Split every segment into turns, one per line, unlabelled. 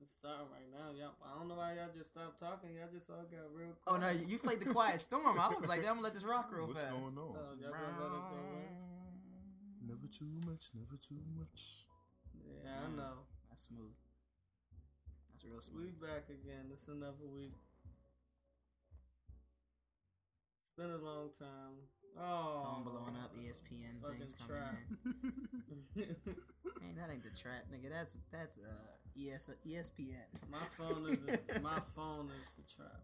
It's starting right now. Y'all, I don't know why y'all just stopped talking. Y'all just all got real. Quiet.
Oh no, you you played the Quiet Storm. I was like, I'm gonna let this rock real
What's
fast.
going
Um,
on?
Oh, y'all gonna let it go away?
Never too much, never too much.
Yeah,
Mm.
I know.
That's smooth. That's real
We
smooth.
back again. It's another week. It's been a long time. Oh,
Phone blowing up, E ESPN
fucking
things coming
trap.
in. Hey, that ain't the trap, nigga. That's that's uh ES ESPN.
my phone is a, my phone is the trap.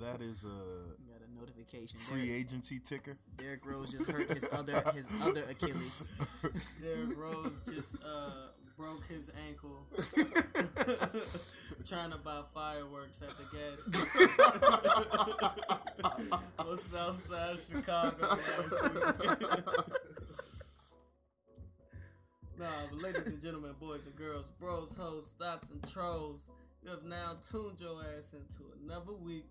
That is a
Got a notification.
free
Derrick,
agency ticker.
Derrick Rose just hurt his other his other Achilles.
Derrick Rose just uh, broke his ankle trying to buy fireworks at the gas station. On South Side of Chicago. last week. nah, but ladies and gentlemen, boys and girls, bros, hoes, thoughts, and trolls, you have now tuned your ass into another week.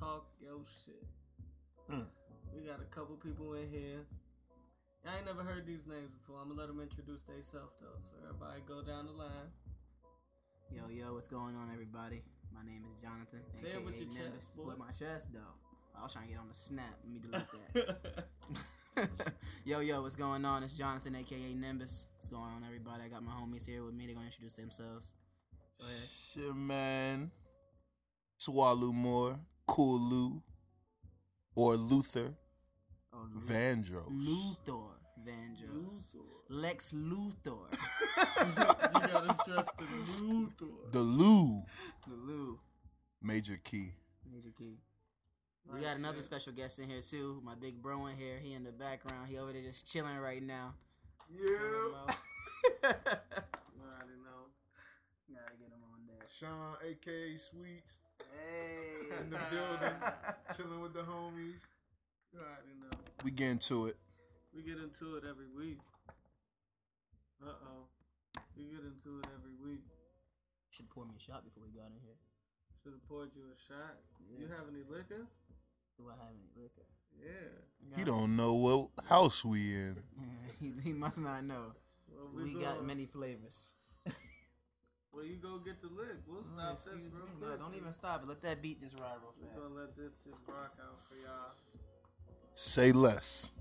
Talk your shit.
Hmm.
We got a couple people in here. I ain't never heard these names before. I'm gonna let them introduce themselves though. So everybody go down the line.
Yo, yo, what's going on, everybody? My name is Jonathan.
Say it
aka
with your chest,
Nimbus.
boy.
With my chest, though. I was trying to get on the snap. Let me delete that. yo, yo, what's going on? It's Jonathan, aka Nimbus. What's going on, everybody? I got my homies here with me. They're gonna introduce themselves. Go ahead.
Shit, man. Swallow more, Cool Lou, or Luther
Oh,
Vandross.
Luthor Vandross. Lex Luthor.
You gotta stress the Luthor.
The Lou,
the Lou.
major key.
Major key. We got another special guest in here too. My big bro in here. He in the background. He over there just chilling right now.
special. already know.
Gotta get him on there.
Sean, aka Sweets,
Hey.
in the building, chilling with the homies.
You already know.
We get into it.
We get into it every week. Uh oh. We get into it every week.
Should pour me a shot before we got in here.
Should have poured you a shot. You have any liquor?
Do I have any liquor?
Yeah.
He don't know what house we in.
he, he must not know.
Well,
We
gonna-
got many flavors.
Well, you go get the lick. We'll stop this
Oh, Excuse
real
me.
quick.
No, don't even stop it. Let that beat just ride real
Gonna
fast.
let this just rock out for y'all.
Say less.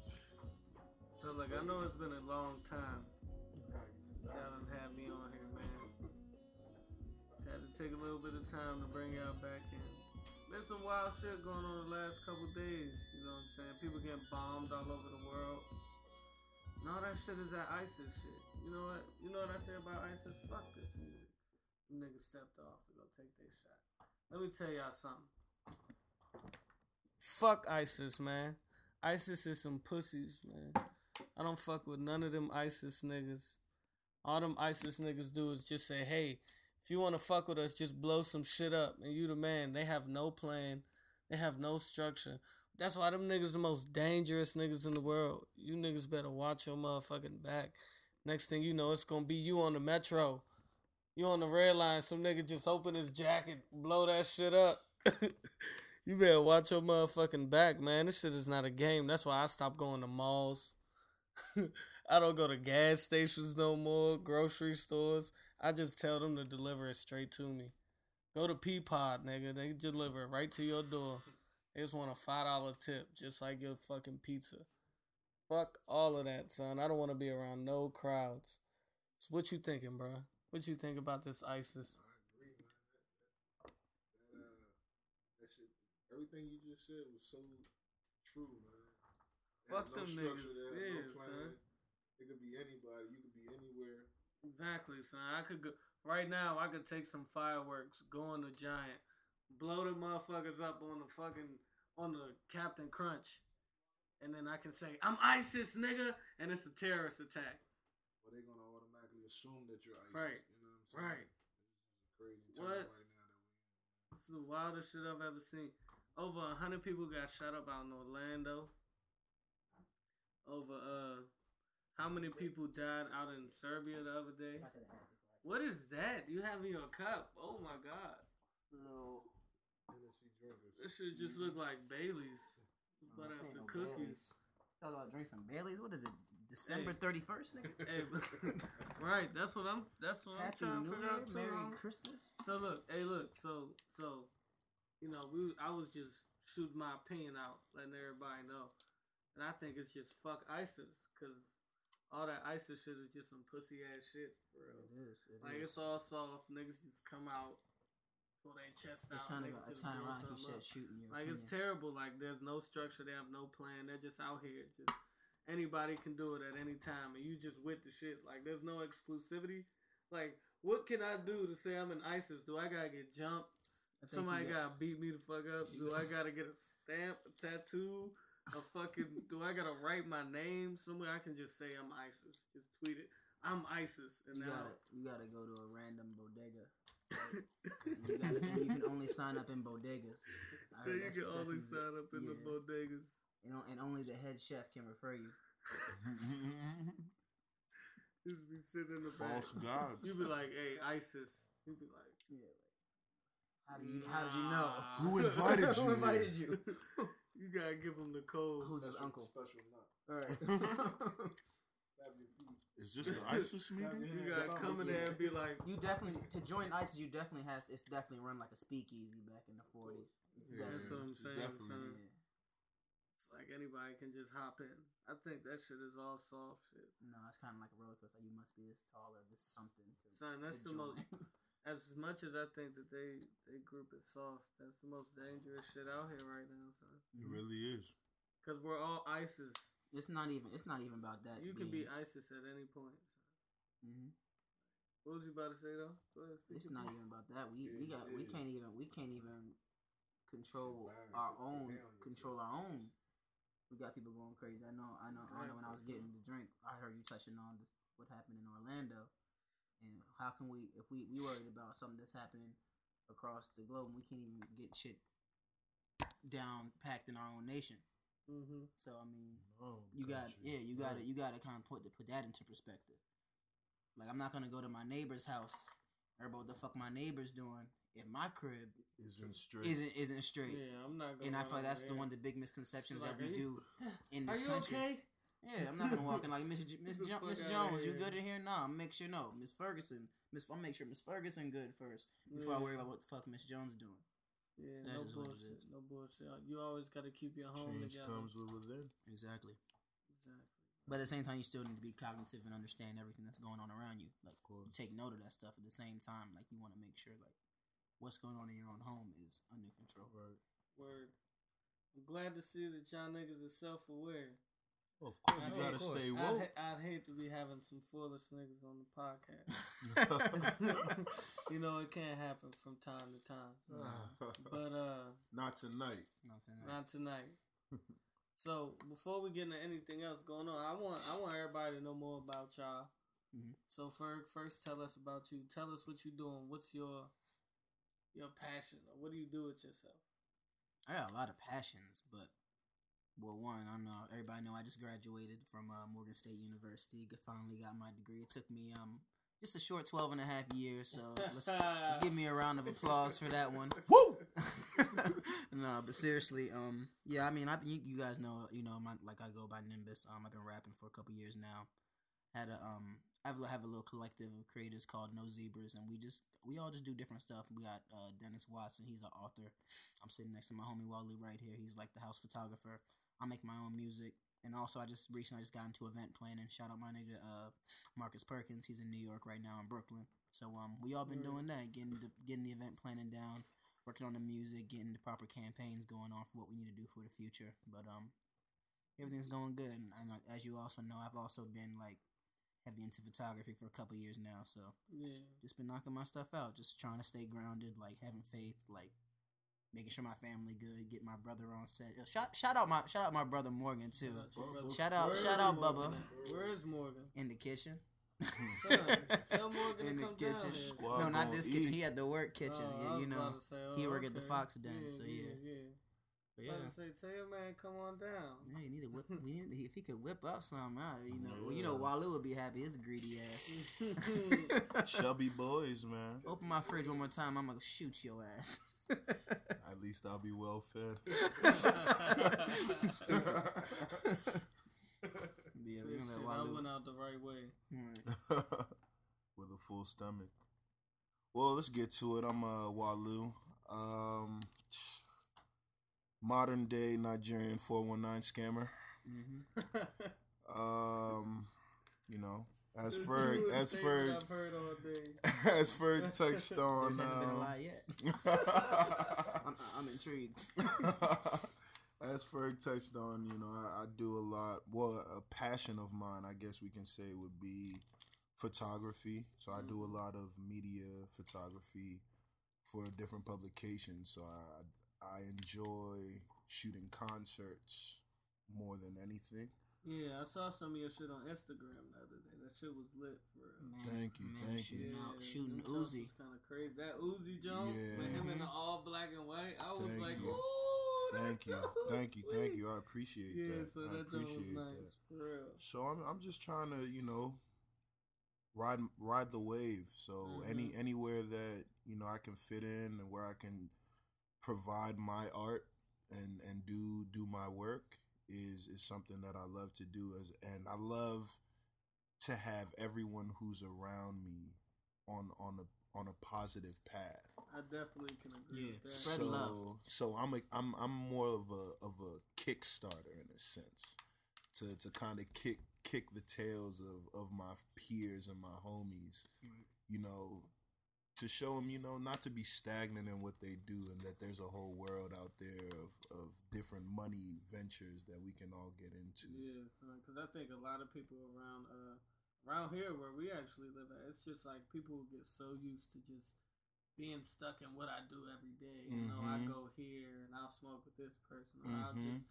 So like I know it's been a long time. Y'all done had me on here, man. Had to take a little bit of time to bring y'all back in. There's some wild shit going on the last couple days, you know what I'm saying? People getting bombed all over the world. And all that shit is that ISIS shit. You know what you know what I say about ISIS? Fuck this music. Niggas stepped off to go take their shot. Let me tell y'all something. Fuck ISIS, man. ISIS is some pussies, man. I don't fuck with none of them ISIS niggas. All them ISIS niggas do is just say, hey, if you want to fuck with us, just blow some shit up. And you the man. They have no plan. They have no structure. That's why them niggas the most dangerous niggas in the world. You niggas better watch your motherfucking back. Next thing you know, it's gonna be you on the metro. You on the red line. Some nigga just open his jacket, blow that shit up. you better watch your motherfucking back, man. This shit is not a game. That's why I stopped going to malls. I don't go to gas stations no more, grocery stores. I just tell them to deliver it straight to me. Go to Peapod, nigga. They deliver it right to your door. They just want a five dollar tip, just like your fucking pizza. Fuck all of that, son. I don't want to be around no crowds. So what you thinking, bruh? What you think about this ISIS?
Uh, that shit, everything you just said was so true, man. They had
Fuck them niggas.
they had
Yeah, son.
It could be anybody. You could be anywhere.
Exactly, son. I could go right now. I could take some fireworks, go on the giant, blow the motherfuckers up on the fucking on the Captain Crunch, and then I can say I'm ISIS, nigga, and it's a terrorist attack.
Well, they're gonna automatically assume that you're ISIS.
Right.
You know what I'm saying?
Right.
Crazy
What?
time right now. That we
It's the wildest shit I've ever seen. Over a hundred people got shot up out in Orlando. Over uh, how many people died out in Serbia the other day? What is that you have in your cup? Oh my god,
No.
Tennessee drinkers.
this should just look like Bailey's, but
This ain't
after
Oh, no
cookies.
Baileys. Y'all about to drink some Baileys? What is it? December
Hey.
thirty first, nigga.
Hey, right, that's what I'm. That's what
Happy
I'm trying to
New
figure
Year,
out too.
Merry
homie.
Christmas.
So look, hey, look, so so, you know, we I was just shooting my opinion out, letting everybody know, and I think it's just fuck ISIS, cause all that ISIS shit is just some pussy ass shit, bro. Like it's all soft, niggas just come out, pull their chest out.
It's kind of
niggas
it's
just
kind of
build
like you
something
said
up.
shooting your
Like it's
opinion.
terrible. Like there's no structure. They have no plan. They're just out here. Just anybody can do it at any time, and you just with the shit. Like there's no exclusivity. Like what can I do to say I'm in ISIS? Do I gotta get jumped?
I think
Somebody
you
gotta beat me the fuck up.
you
Do
got-
I gotta get a stamp, a tattoo, a fucking? do I gotta write my name somewhere? I can just say I'm ISIS. Just tweet it. I'm ISIS, and
You
now
gotta, you gotta go to a random bodega. You, gotta, and you can only sign up in bodegas.
so
I
you
heard that's-
can
that's
only
exa-
sign up in the
yeah.
bodegas.
And, on- and only the head chef can refer you.
Just be sitting in the back.
False gods.
You be like, hey, ISIS. You be like.
Yeah. How do you? How did you know?
Nah.
Who invited
Who
you?
invited you?
you gotta give him the code.
Who's his
Special-
uncle?
Special knot.
All right.
Have your feet.
Is this the ISIS meeting?
You
Yeah,
gotta
that's
come in
yeah.
there and be like,
you definitely to join ISIS. You definitely have. It's definitely run like a speakeasy back in the forties.
Yeah,
That's what I'm
it's
saying,
Definitely.
son. it's like anybody can just hop in. I think that shit is all soft shit.
No, it's kind of like a roller coaster. You must be this tall or this something. To,
Son,
to
that's the
join.
most. As much as I think that they they group it soft, that's the most dangerous shit out here right now, son.
It really is.
Cause we're all ISIS.
It's not even. It's not even about that.
You can be
being-
ISIS at any point.
Mhm.
What was you about to say though? Go ahead, speak
It's
your
not
point.
even about that. We we
It
got we can't
is.
even we can't even control
Survive if
our
you
own
down yourself.
control our own. We got people going crazy. I know I know I know when I was
Exactly.
getting the drink, I heard you touching on this, what happened in Orlando, and how can we if we we worried about something that's happening across the globe and we can't even get shit down packed in our own nation.
Mhm.
So I mean,
Oh,
you got yeah, you got to you got to kind of put the, put that into perspective. Like I'm not gonna go to my neighbor's house or about what the fuck my neighbor's doing if my crib
Isn't straight.
isn't isn't straight.
Yeah, I'm not. Gonna
And I feel
lie,
like that's the
yeah.
one of the big misconceptions
Like,
that we
are
do
you-
in
Are
this
you
country.
okay?
Yeah, I'm not gonna walk in like Miss J- Miss
Get the
jo-
fuck
Miss
outta
Jones. You
here.
good in here? No, I'm make sure no. Miss Ferguson. Miss I'll make sure Miss Ferguson good first before I
Yeah.
worry about what the fuck Miss Jones doing.
Yeah,
So that's
no
just what it
bullshit.
is.
No bullshit. You always got to keep your home
Change
together.
comes with within.
Exactly.
Exactly.
But at the same time, you still need to be cognitive and understand everything that's going on around you. Like
Of course.
you take note of that stuff at the same time. Like you want to make sure like what's going on in your own home is under control.
Right.
Word. I'm glad to see that y'all niggas is self aware.
Oh, Of course,
Yeah,
you gotta
of course.
stay
I'd,
woke.
ha- I'd hate to be having some foolish niggas on the podcast. you know, it can happen from time to time. But, uh,.
Not tonight.
Not saying that.
Not tonight. so before we get into anything else going on, I want I want everybody to know more about y'all.
Mhm.
So Ferg, first tell us about you. Tell us what you doing. What's your your passion? Or what do you do with yourself?
I got a lot of passions, but well, one I don't know. Everybody know I just graduated from uh, Morgan State University. Got- Finally got my degree. It took me um just a short 12 and a half years. So let's, let's give me a round of applause for that one.
Woo!
no, but seriously, um, yeah, I mean, I you, you guys know, you know, my like I go by Nimbus. Um, I've been rapping for a couple years now. Had a um, I have a, have a little collective of creators called No Zebras, and we just we all just do different stuff. We got uh, Dennis Watson, he's an author. I'm sitting next to my homie Wally right here. He's like the house photographer. I make my own music, and also I just recently just got into event planning. Shout out my nigga uh, Marcus Perkins. He's in New York right now in Brooklyn. So um, we all been
Word.
doing that, getting the, getting the event planning down working on the music, getting the proper campaigns going on for what we need to do for the future. But um, everything's going good, and, and uh, as you also know, I've also been like heavy into photography for a couple years now. So
Yeah.
just been knocking my stuff out, just trying to stay grounded, like having faith, like making sure my family good, get my brother on set. Yo, shout shout out my shout out my brother Morgan too Shout out- shout out Bubba.
Where's Morgan?
in the kitchen.
Son, tell Morgan to
in the
come down
kitchen.
here.
Squad
no, not
gonna
this kitchen.
eat.
He had the work kitchen.
Oh, I
yeah,
was
you know.
about to say, oh,
he work at the
okay.
Fox Den,
Yeah,
so
yeah,
yeah.
yeah.
But yeah.
About to say, tell your man come on down.
Yeah, you need to whip. We need if he could whip up some, uh, you know, well, you know,
Yeah.
Walu would be happy. His greedy ass.
Chubby boys, man.
Open my fridge one more time. I'm gonna shoot your ass.
At least I'll be well fed.
Stupid.
Stupid.
But Yeah,
Say
we gonna
shit,
let
I
Walu.
went out the right way.
Mm.
with a full stomach. Well, let's get to it. I'm uh Walu. Um modern day Nigerian 419 scammer.
Mhm.
Um you know, as
Dude,
Ferg
the
as
things
Ferg
I've heard all day.
as Ferg touched
There
on
hasn't been a
um,
lie yet. I'm, I'm intrigued.
As Ferg touched on, you know, I, I do a lot. Well, a passion of mine, I guess we can say, would be photography. So I
Mm-hmm.
do a lot of media photography for different publications. So I, I enjoy shooting concerts more than anything.
Yeah, I saw some of your shit on Instagram the other day. That shit was lit for real.
Man,
Thank you,
man,
thank you.
shooting
yeah,
out, shooting Uzi.
Kind of crazy. That Uzi Jones with
Yeah.
him in the all black and white. I was
Thank
like,
you.
ooh, Oh, that
Thank you,
joint was
thank you, thank
sweet."
you. I appreciate
Yeah,
that.
so
I
that joint was
appreciate
nice
that.
for real.
So I'm I'm just trying to you know ride ride the wave. So any anywhere that you know I can fit in and where I can provide my art and and do do my work is is something that I love to do as and I love to have everyone who's around me on on a on a positive path.
I definitely can agree
Yeah,
with that.
spread
so,
love.
So I'm a, I'm I'm more of a of a kickstarter in a sense to to kind of kick kick the tails of of my peers and my homies.
Right.
You know, to show them you know not to be stagnant in what they do and that there's a whole world out there of of different money ventures that we can all get into.
Yeah, because I think a lot of people around uh around here where we actually live at, it's just like people who get so used to just being stuck in what I do every day. You know, I
Mhm.
go here and I'll smoke with this person, or I'll
Mhm.
just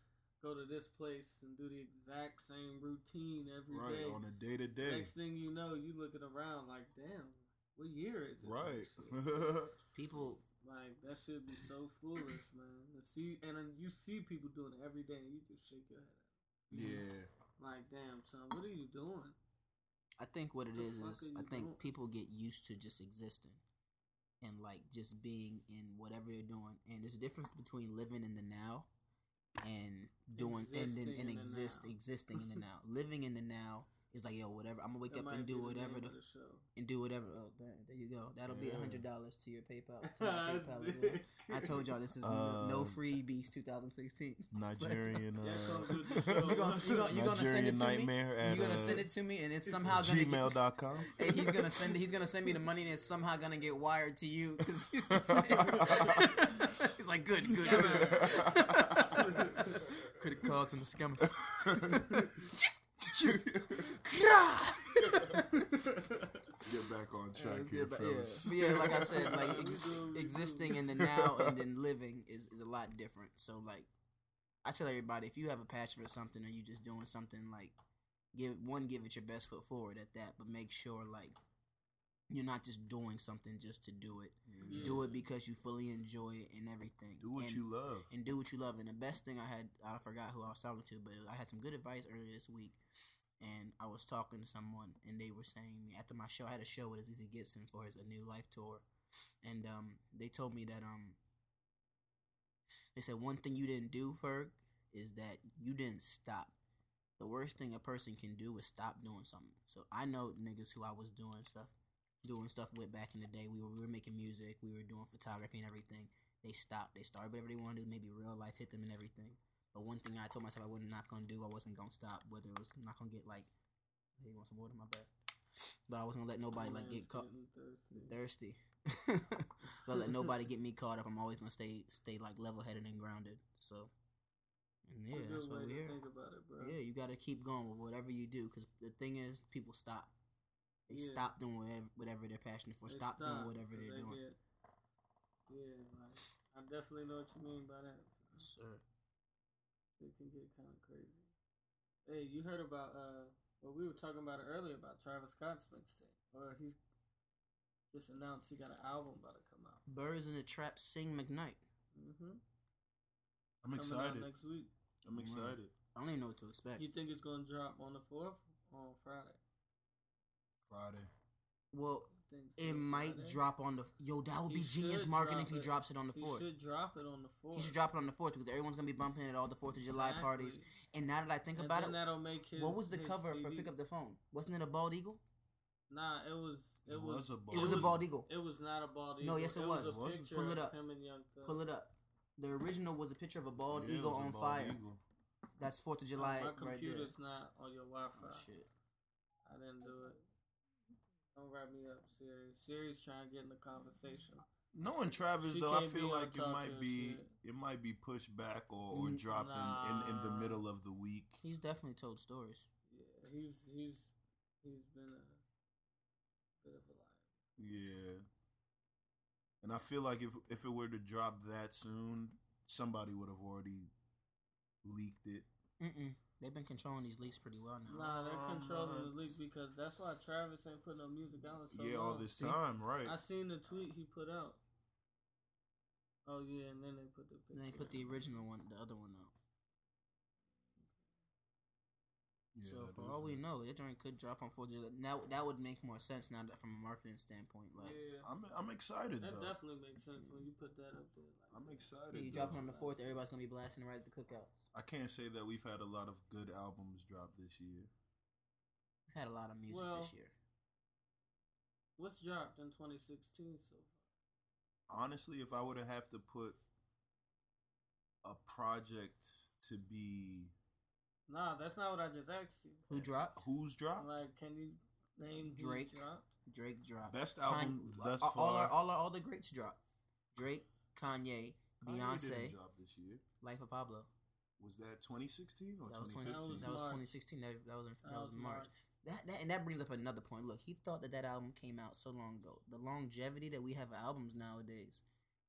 go to this place and do the exact same routine every day.
Right on a day to day.
Next thing you know, you looking around like, damn, what year is it?
Right.
Shit.
People,
like that should be so foolish, man. To see and then you see people doing it every day, and you just shake your head.
yeah.
Like, damn, son, what are you doing?
I think what it
The
is
fuck
is
are
I
you
think
doing?
people get used to just existing and like just being in whatever they're doing. And there's a difference between living in the now and doing and
Existing
then and
in the
exist
now.
existing in the now. living in the now is like yo, whatever. I'm gonna wake
That
up
might
and
be
do
the
whatever
name
the,
of the show.
and do whatever. Oh, that, there you go. That'll be a
Yeah.
hundred dollars to your PayPal. To my
That's
PayPal as well.
sick.
I told y'all this is no- no
Um,
freebies 2016.
Nigerian.
That comes
Uh,
with the show.
You gonna- you gonna- you gonna send it
Nigerian
to me?
nightmare at
You're gonna
uh,
send it to me, and it's somehow gonna get-
gmail.com.
And he's gonna send. He's gonna send me the money, and it's somehow gonna get wired to you. 'cause he's, he's like, good, good, good. Credit cards and the scammers.
Let's get back on track
Let's
here,
get back- yeah.
fellas.
But yeah, like I said, like
We
ex-
do, we do.
existing in the now and then living is, is a lot different. So like, I tell everybody, if you have a passion for something or you just doing something, like give one, give it your best foot forward at that, but make sure like you're not just doing something just to do it.
Yeah.
Do it because you fully enjoy it and everything.
do what
And-
you love.
and do what you love. And the best thing I had, I forgot who I was talking to, but I had some good advice earlier this week. And I was talking to someone, and they were saying me after my show, I had a show with Azizi Gibson for his A New Life tour, and um, they told me that um, they said one thing you didn't do, Ferg, is that you didn't stop. The worst thing a person can do is stop doing something. So I know niggas who I was doing stuff, doing stuff with back in the day. We were, we were making music, we were doing photography and everything they stopped. They started whatever they want to do. Maybe real life hit them and everything. But one thing I told myself I wasn't not gonna do. I wasn't gonna stop. Whether it was not gonna get like, hey, you want some water? My bad. But I wasn't gonna let nobody like
Man's
get caught
getting thirsty.
thirsty. but let nobody get me caught up. I'm always gonna stay stay like level headed and grounded. So, and
It's a
yeah,
good
that's
way
what we're
to
here.
think about it, bro.
Yeah, you gotta keep going with whatever you do. Cause the thing is, people stop. They
Yeah.
stop doing whatever, whatever they're passionate for.
They
Stop, doing
stop,
whatever
'cause they
they're doing.
get- yeah, like, I definitely know what you mean by that.
Sir.
It can get kind of crazy. Hey, you heard about uh? Well, we were talking about it earlier about Travis Scott's mixtape, or he's just announced he got an album about to come out.
Birds in the trap sing McKnight.
Mm-hmm.
I'm excited.
next week.
I'm excited.
I don't even know what to expect.
You think it's gonna drop on the fourth on Friday?
Friday.
Well,
think so,
It might
Friday.
drop on the yo. That would
He
be genius
should
marketing
drop
if he
it.
drops it on the
He
fourth.
should drop it on the fourth.
He should drop it on the fourth because everyone's gonna be bumping it at all the Fourth of July parties.
Exactly.
And now that I think
and
about
then
it,
that'll make his.
what was the
his
cover for
CD.
Pick Up the Phone? Wasn't it a bald eagle?
Nah, it was. It,
It
was.
was a
It was a
was-
bald eagle.
It was not a bald
No,
eagle.
yes, it
was.
was.
a
Was it?
picture
Pull it
of
up.
him and Young Thug.
Pull it up. The original was a picture of a bald
Yeah, it
eagle
was a
on
bald
fire.
eagle.
That's Fourth of
Oh,
July
My
right there.
computer's not on your Wi-Fi.
Oh, shit.
I didn't do it. Don't wrap me up, Siri. Siri's trying to get in the conversation.
Knowing Travis
She
though, I
can't
feel
be on
like it
top
might
of
be
shit.
it might be pushed back or, or
Mm,
dropped in, in, in the
nah.
middle of the week.
He's definitely told stories.
Yeah, he's he's he's been a bit of a liar.
Yeah. And I feel like if if it were to drop that soon, somebody would have already leaked it.
Mm-mm. They've been controlling these leaks pretty well now.
Nah, they're
Oh,
controlling the leak
nuts.
because that's why Travis ain't putting no music out in so
yeah, all
long.
this
uh, See?
time, right?
I seen the tweet he put out. Oh yeah, and then they put the picture.
And they put the original one, the other one out.
yeah,
so
that
for
is
all we
it.
know, it joint could drop on Fourth of July. Now that would make more sense now that from a marketing standpoint. Like
yeah,
I'm I'm excited
that
though.
definitely makes sense when you put that up there. Like,
I'm excited.
you drop it
though.
on the fourth, e- everybody's gonna be blasting it right at the cookouts.
I can't say that we've had a lot of good albums drop this year.
We've had a lot of music
Well-
this year.
what's dropped in 2016 so far?
Honestly, if I were to have to put a project to be
Nah, that's not what I just asked you.
Who dropped?
who's dropped
Like, can you name who's
Drake.
dropped?
Drake dropped.
best
Kan-
album thus
all, all our,
far,
all our, all the greats dropped. Drake, Kanye,
Kanye
Beyonce,
didn't drop this year.
Life of Pablo.
Was that 2016 or
That was 20,
2015?
that was
March.
2016. That, that was in, that,
Uh,
was in March. That, that and that brings up another point. Look, he thought that that album came out so long ago. The longevity that we have albums nowadays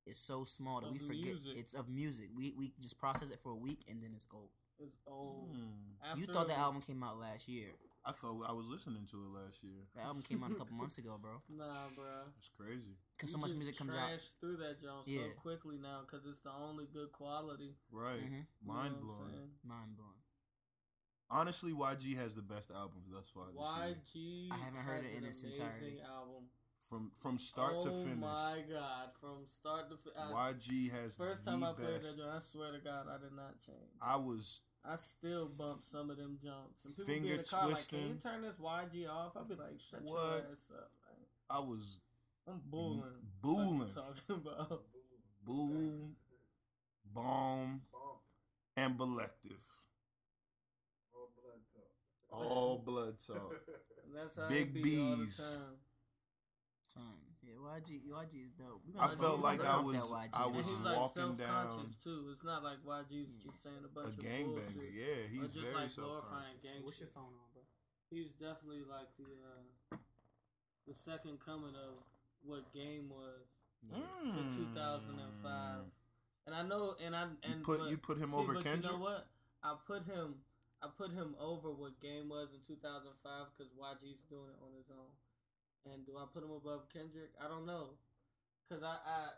is so small that
Of
we forget
music.
it's of music. We we just process it for a week and then it's old.
It's old.
Hmm.
After
you thought the album came out last year.
I thought I was listening to it last year.
The album came out a couple months ago, bro.
Nah, bro.
It's crazy,
Cause so much music comes out.
through that joint so
Yeah.
quickly now because it's the only good quality.
right?
Mhm.
Mind
Mm-hmm. you know what
blowing.
I'm
Mind blowing.
Honestly, YG has the best albums thus far this year.
saying? YG.
I haven't heard
has
it in
an
its
amazing
entirety.
Album.
From from start to
Oh
finish,
my god! From start to finish.
YG has
First
the
time I played that
best.
joint, I swear to God, I did not change.
I was
I still bump some of them jumps. And people be
Finger
in the car like, "Can you
twisting.
turn this YG off?" I'd be like, "Shut
What? Mm-hmm.
your ass up!" man.
I was
I'm booing.
booing,
Talking about.
boom, bomb,
Bomb.
and Belective.
All blood talk.
All blood talk.
And that's how
Big
it be all the
B's.
time.
Son, yeah, YG, YG is dope. We
I
gonna-
felt
we
like
gonna
I
bump
was-
that YG
I
now.
And
was
he's
walking
like self
down- Mm.
conscious too. It's not like YG's just saying a
A
bunch of bullshit.
gangbanger, yeah,
or
he's
just
very
like
self
glorifying
conscious.
gang
What's your
shit.
phone on, bro?
He's definitely like the uh, the second coming of what game was for 2005. And I know, and I and
Mm. You put
but-
you put him
see,
over
but
Kendrick.
You know what? I put him. I put him over what game was in 2005 because YG's doing it on his own. And do I put him above Kendrick? I don't know, cause I, I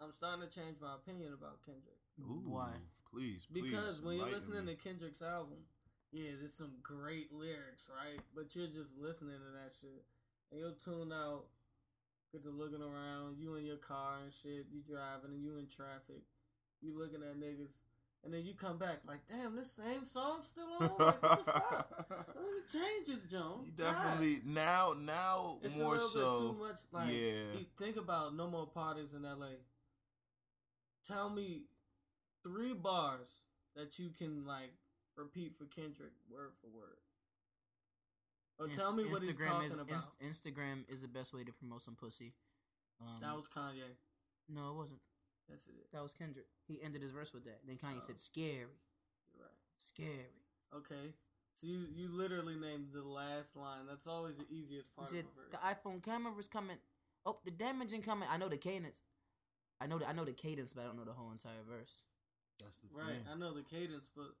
I'm starting to change my opinion about Kendrick.
Ooh,
Why?
Please, please.
Because when you're
enlighten
listening
me.
to Kendrick's album, yeah, there's some great lyrics, right? But you're just listening to that shit. And you'll tune out, get to looking around, you in your car and shit, you driving and you in traffic, you looking at niggas. And then you come back like, damn, this same song still on? Like, what the fuck? Let me change this, Joan.
He
God.
definitely now now
It's
more
a little
so
bit too much. Like,
yeah.
you think about no more parties in L.A. Tell me three bars that you can like repeat for Kendrick word for word, or
Inst-
tell me what he's talking
is,
about.
Inst- Instagram is the best way to promote some pussy. Um,
that was Kanye.
no, it wasn't.
That's it.
That was Kendrick. He ended his verse with that. Then Kanye
Oh.
said, "Scary,
You're right.
scary."
Okay. So you, you literally named the last line. That's always the easiest
He
part of
said,
a
"The
verse.
iPhone camera was coming. Oh, the damage incoming. I know the cadence. I know the, I know the cadence, but I don't know the whole entire verse.
That's the
right.
thing.
I know the cadence, but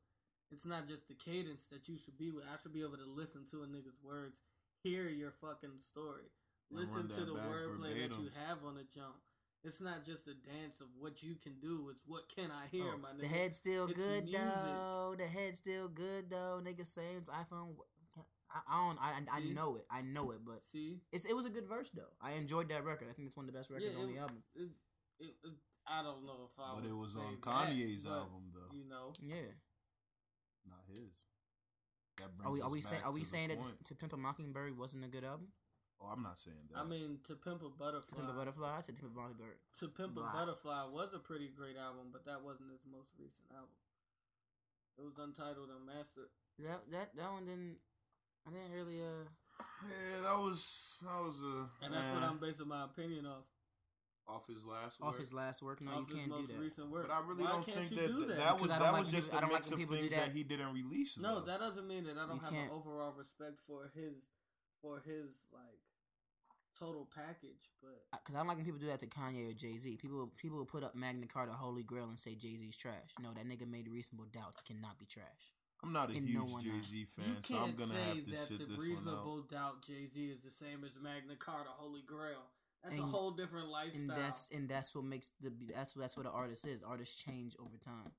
it's not just the cadence that you should be with. I should be able to listen to a nigga's words, hear your fucking story.
And
listen
run
to
that
the
back
wordplay that
verbatim.
you have on the jump. It's not just a dance of what you can do. It's what can I hear,
Oh,
my nigga.
the head's still
It's
good
music.
though. The head's still good though. Nigga, same iPhone. I, I don't. I, I, I
See?
know it. I know it. But
See,
it's it was a good verse though. I enjoyed that record. I think it's one of the best records
Yeah,
on
it-
the album.
it, it, it, I don't know if I.
But
would
it was
say
on
that,
Kanye's
but,
album though,
You know,
Yeah.
not his. That brings
Are we
us
are we saying
back
are we
to the
saying that
point.
to Pimp a Mockingbird wasn't a good album?
Oh, I'm not saying that.
I mean, To Pimp a
To
Butterfly.
Pimp a Butterfly. I said To Pimp a Mockingbird.
To Pimp a
Wow.
Butterfly was a pretty great album, but that wasn't his most recent album. It was Untitled and Master.
That that that one didn't. I didn't really uh.
yeah, that was that was a
And that's what
eh,
I'm basing my opinion off.
off his last
Off
work.
his last work. No,
off
you
his
can't do
most
that.
recent work.
But I really
Why
don't
can't
think
you
that
do
that,
that?
Because
was
I
that
don't like
was
when
just
people- I
a
don't like
mix
when
of
people do
things
that.
that. he didn't release.
No,
though.
that doesn't mean that I don't
You
have
can't-
an overall respect for his for his like total package, but
Because I don't like when people do that to Kanye or Jay Z. People people will put up Magna Carta, Holy Grail, and say Jay Z's trash. No, that nigga made reasonable doubt. He cannot be trash.
I'm not a
and
huge
no one
Jay Z fan, so I'm gonna have to sit this one out.
reasonable doubt Jay Z is the same as Magna Carta, Holy Grail. That's a
And-
whole different lifestyle.
And that's and that's what makes the that's that's what an artist is. Artists change over time.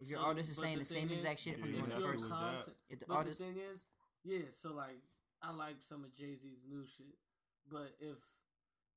If your
So,
artist is
but
saying
the
the same
thing is,
exact shit from
Yeah,
doing
if
you
the
have
your
to
first,
with that.
content,
if the
But
artist
the thing is, yeah. So like, I like some of Jay Z's new shit, but if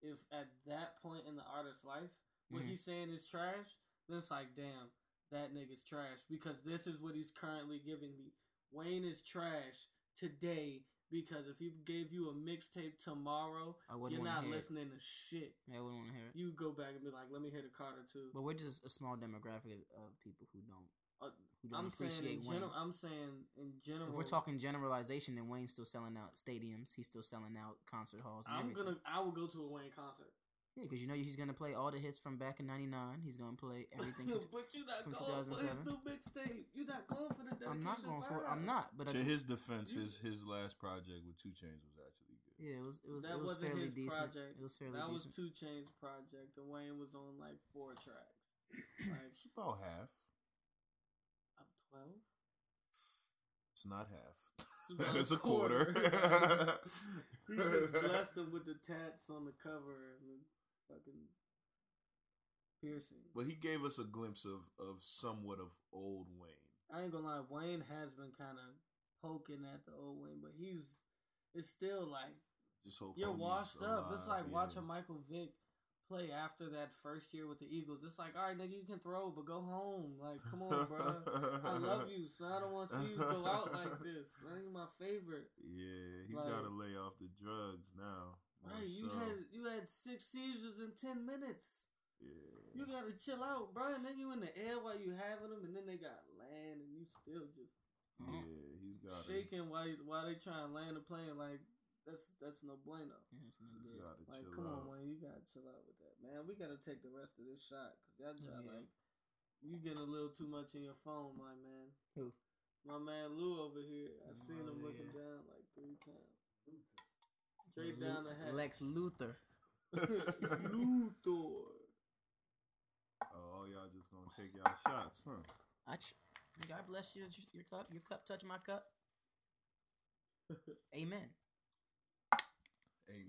if at that point in the artist's life, what
Mhm.
he's saying is trash, then it's like, damn, that nigga's trash because this is what he's currently giving me. Wayne is trash today because if he gave you a mixtape tomorrow,
I wouldn't
you're
want
not
to hear. It.
listening to shit.
Yeah, I wouldn't want to hear it.
You go back and be like, let me hear the Carter too.
But we're just a small demographic of- of people who don't
Uh,
who don't
I'm saying
appreciate
in
Wayne.
general. I'm saying in general.
if we're talking generalization, then Wayne's still selling out stadiums. He's still selling out concert halls. And
I'm
everything.
gonna. I will go to a Wayne concert.
Yeah, because you know he's gonna play all the hits from back in '99. He's gonna play everything. From
but you not
from
going for his
2007.
new mixtape. You not going for the dedication.
I'm not going for it.
vibe.
I'm not. But
To
I,
his defense,
You-
his his last project with Two Chains was actually good.
yeah, it was it was
That
it was
wasn't
fairly
his
decent.
project.
It was fairly
That was
decent.
Two Chains project. and Wayne was on like four tracks. Like
It's about half.
I'm twelve.
It's not half.
It's about
That is a quarter.
he just blessed him with the tats on the cover and the fucking piercing.
but he gave us a glimpse of of somewhat of old Wayne.
I ain't gonna lie, Wayne has been kind of poking at the old Wayne, but he's it's still like
Just hope
You're
homie's
washed up. It's like
alive, yeah.
watching Michael Vick play after that first year with the Eagles. It's like, all right, nigga, you can throw, but go home. Like, come on, bro. I love you, son. I don't want to see you go out like this. That ain't my favorite.
Yeah, he's
Like-
got to lay off the drugs now. more
Right, you
so.
had you had six seizures in ten minutes.
yeah.
You gotta chill out, bro. And then you in the air while you having them, and then they got land, and you still just
yeah, he's got to
shaking while you- while they trying to land the plane. Like that's that's no bueno.
Yeah, it's not good.
Like,
chill
come
out.
on, Wayne, you gotta chill out with that, man. We gotta take the rest of this shot because y'all just,
Yeah.
like you get a little too much in your phone, my man.
Who?
My man Lou over here. I seen him
Oh,
looking
yeah.
down like three times. Straight down the hat.
Lex Luthor.
Luthor.
Oh, all y'all just gonna take y'all shots, huh?
I ch- God bless you. Just Your cup. Your cup touch my cup. Amen.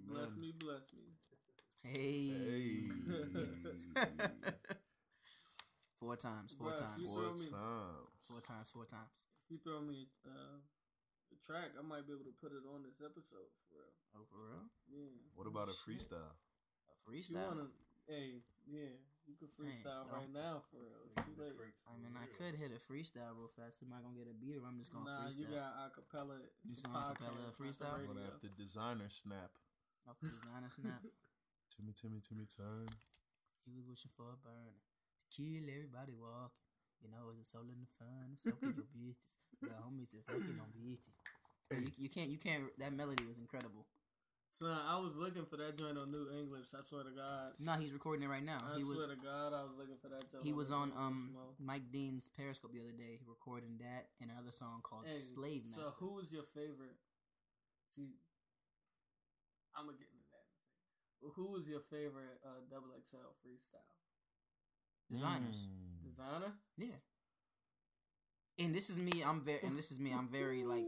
Bless
Amen.
me, bless me.
Hey.
Hey.
four times. Four
Bruh,
times.
you
Four,
feel
Four
me?
times.
times. Four times.
If you throw me uh, the track, I might be able to put it on this episode for real.
Oh, for real?
Yeah.
What about a
Shit.
freestyle?
A
If you wanna,
freestyle.
hey, yeah, you can freestyle
don't-
right now for real. It's too late.
I mean, I could hit a freestyle real fast. Am I gonna get a beat or I'm just gonna
nah,
freestyle?
you got acapella.
You
It's a
just gonna acapella
podcast,
freestyle?
not the
I'm gonna
radio.
have to designer snap.
Off the designer snap.
Timmy, Timmy, Timmy, time.
He was wishing for a burn. Kill everybody walking. You know, it's a soul in the fun. It's fucking your bitches. You got homies that fucking don't be it. You, you can't, you can't. That melody was incredible.
Son, I was looking for that joint on New English. I swear to God.
No, he's recording it right now.
I
he was,
swear to God, I was looking for that joint.
he was
New
on
English,
um
Mo.
Mike Dean's Periscope the other day, recording that and another song called
Hey,
Slave
So
Master.
who was your favorite? See, I'm gonna get into that. in a second. Who was your favorite uh, double XL freestyle
Designers.
Mm.
designer?
Yeah. And this is me. I'm very, and this is me. I'm very like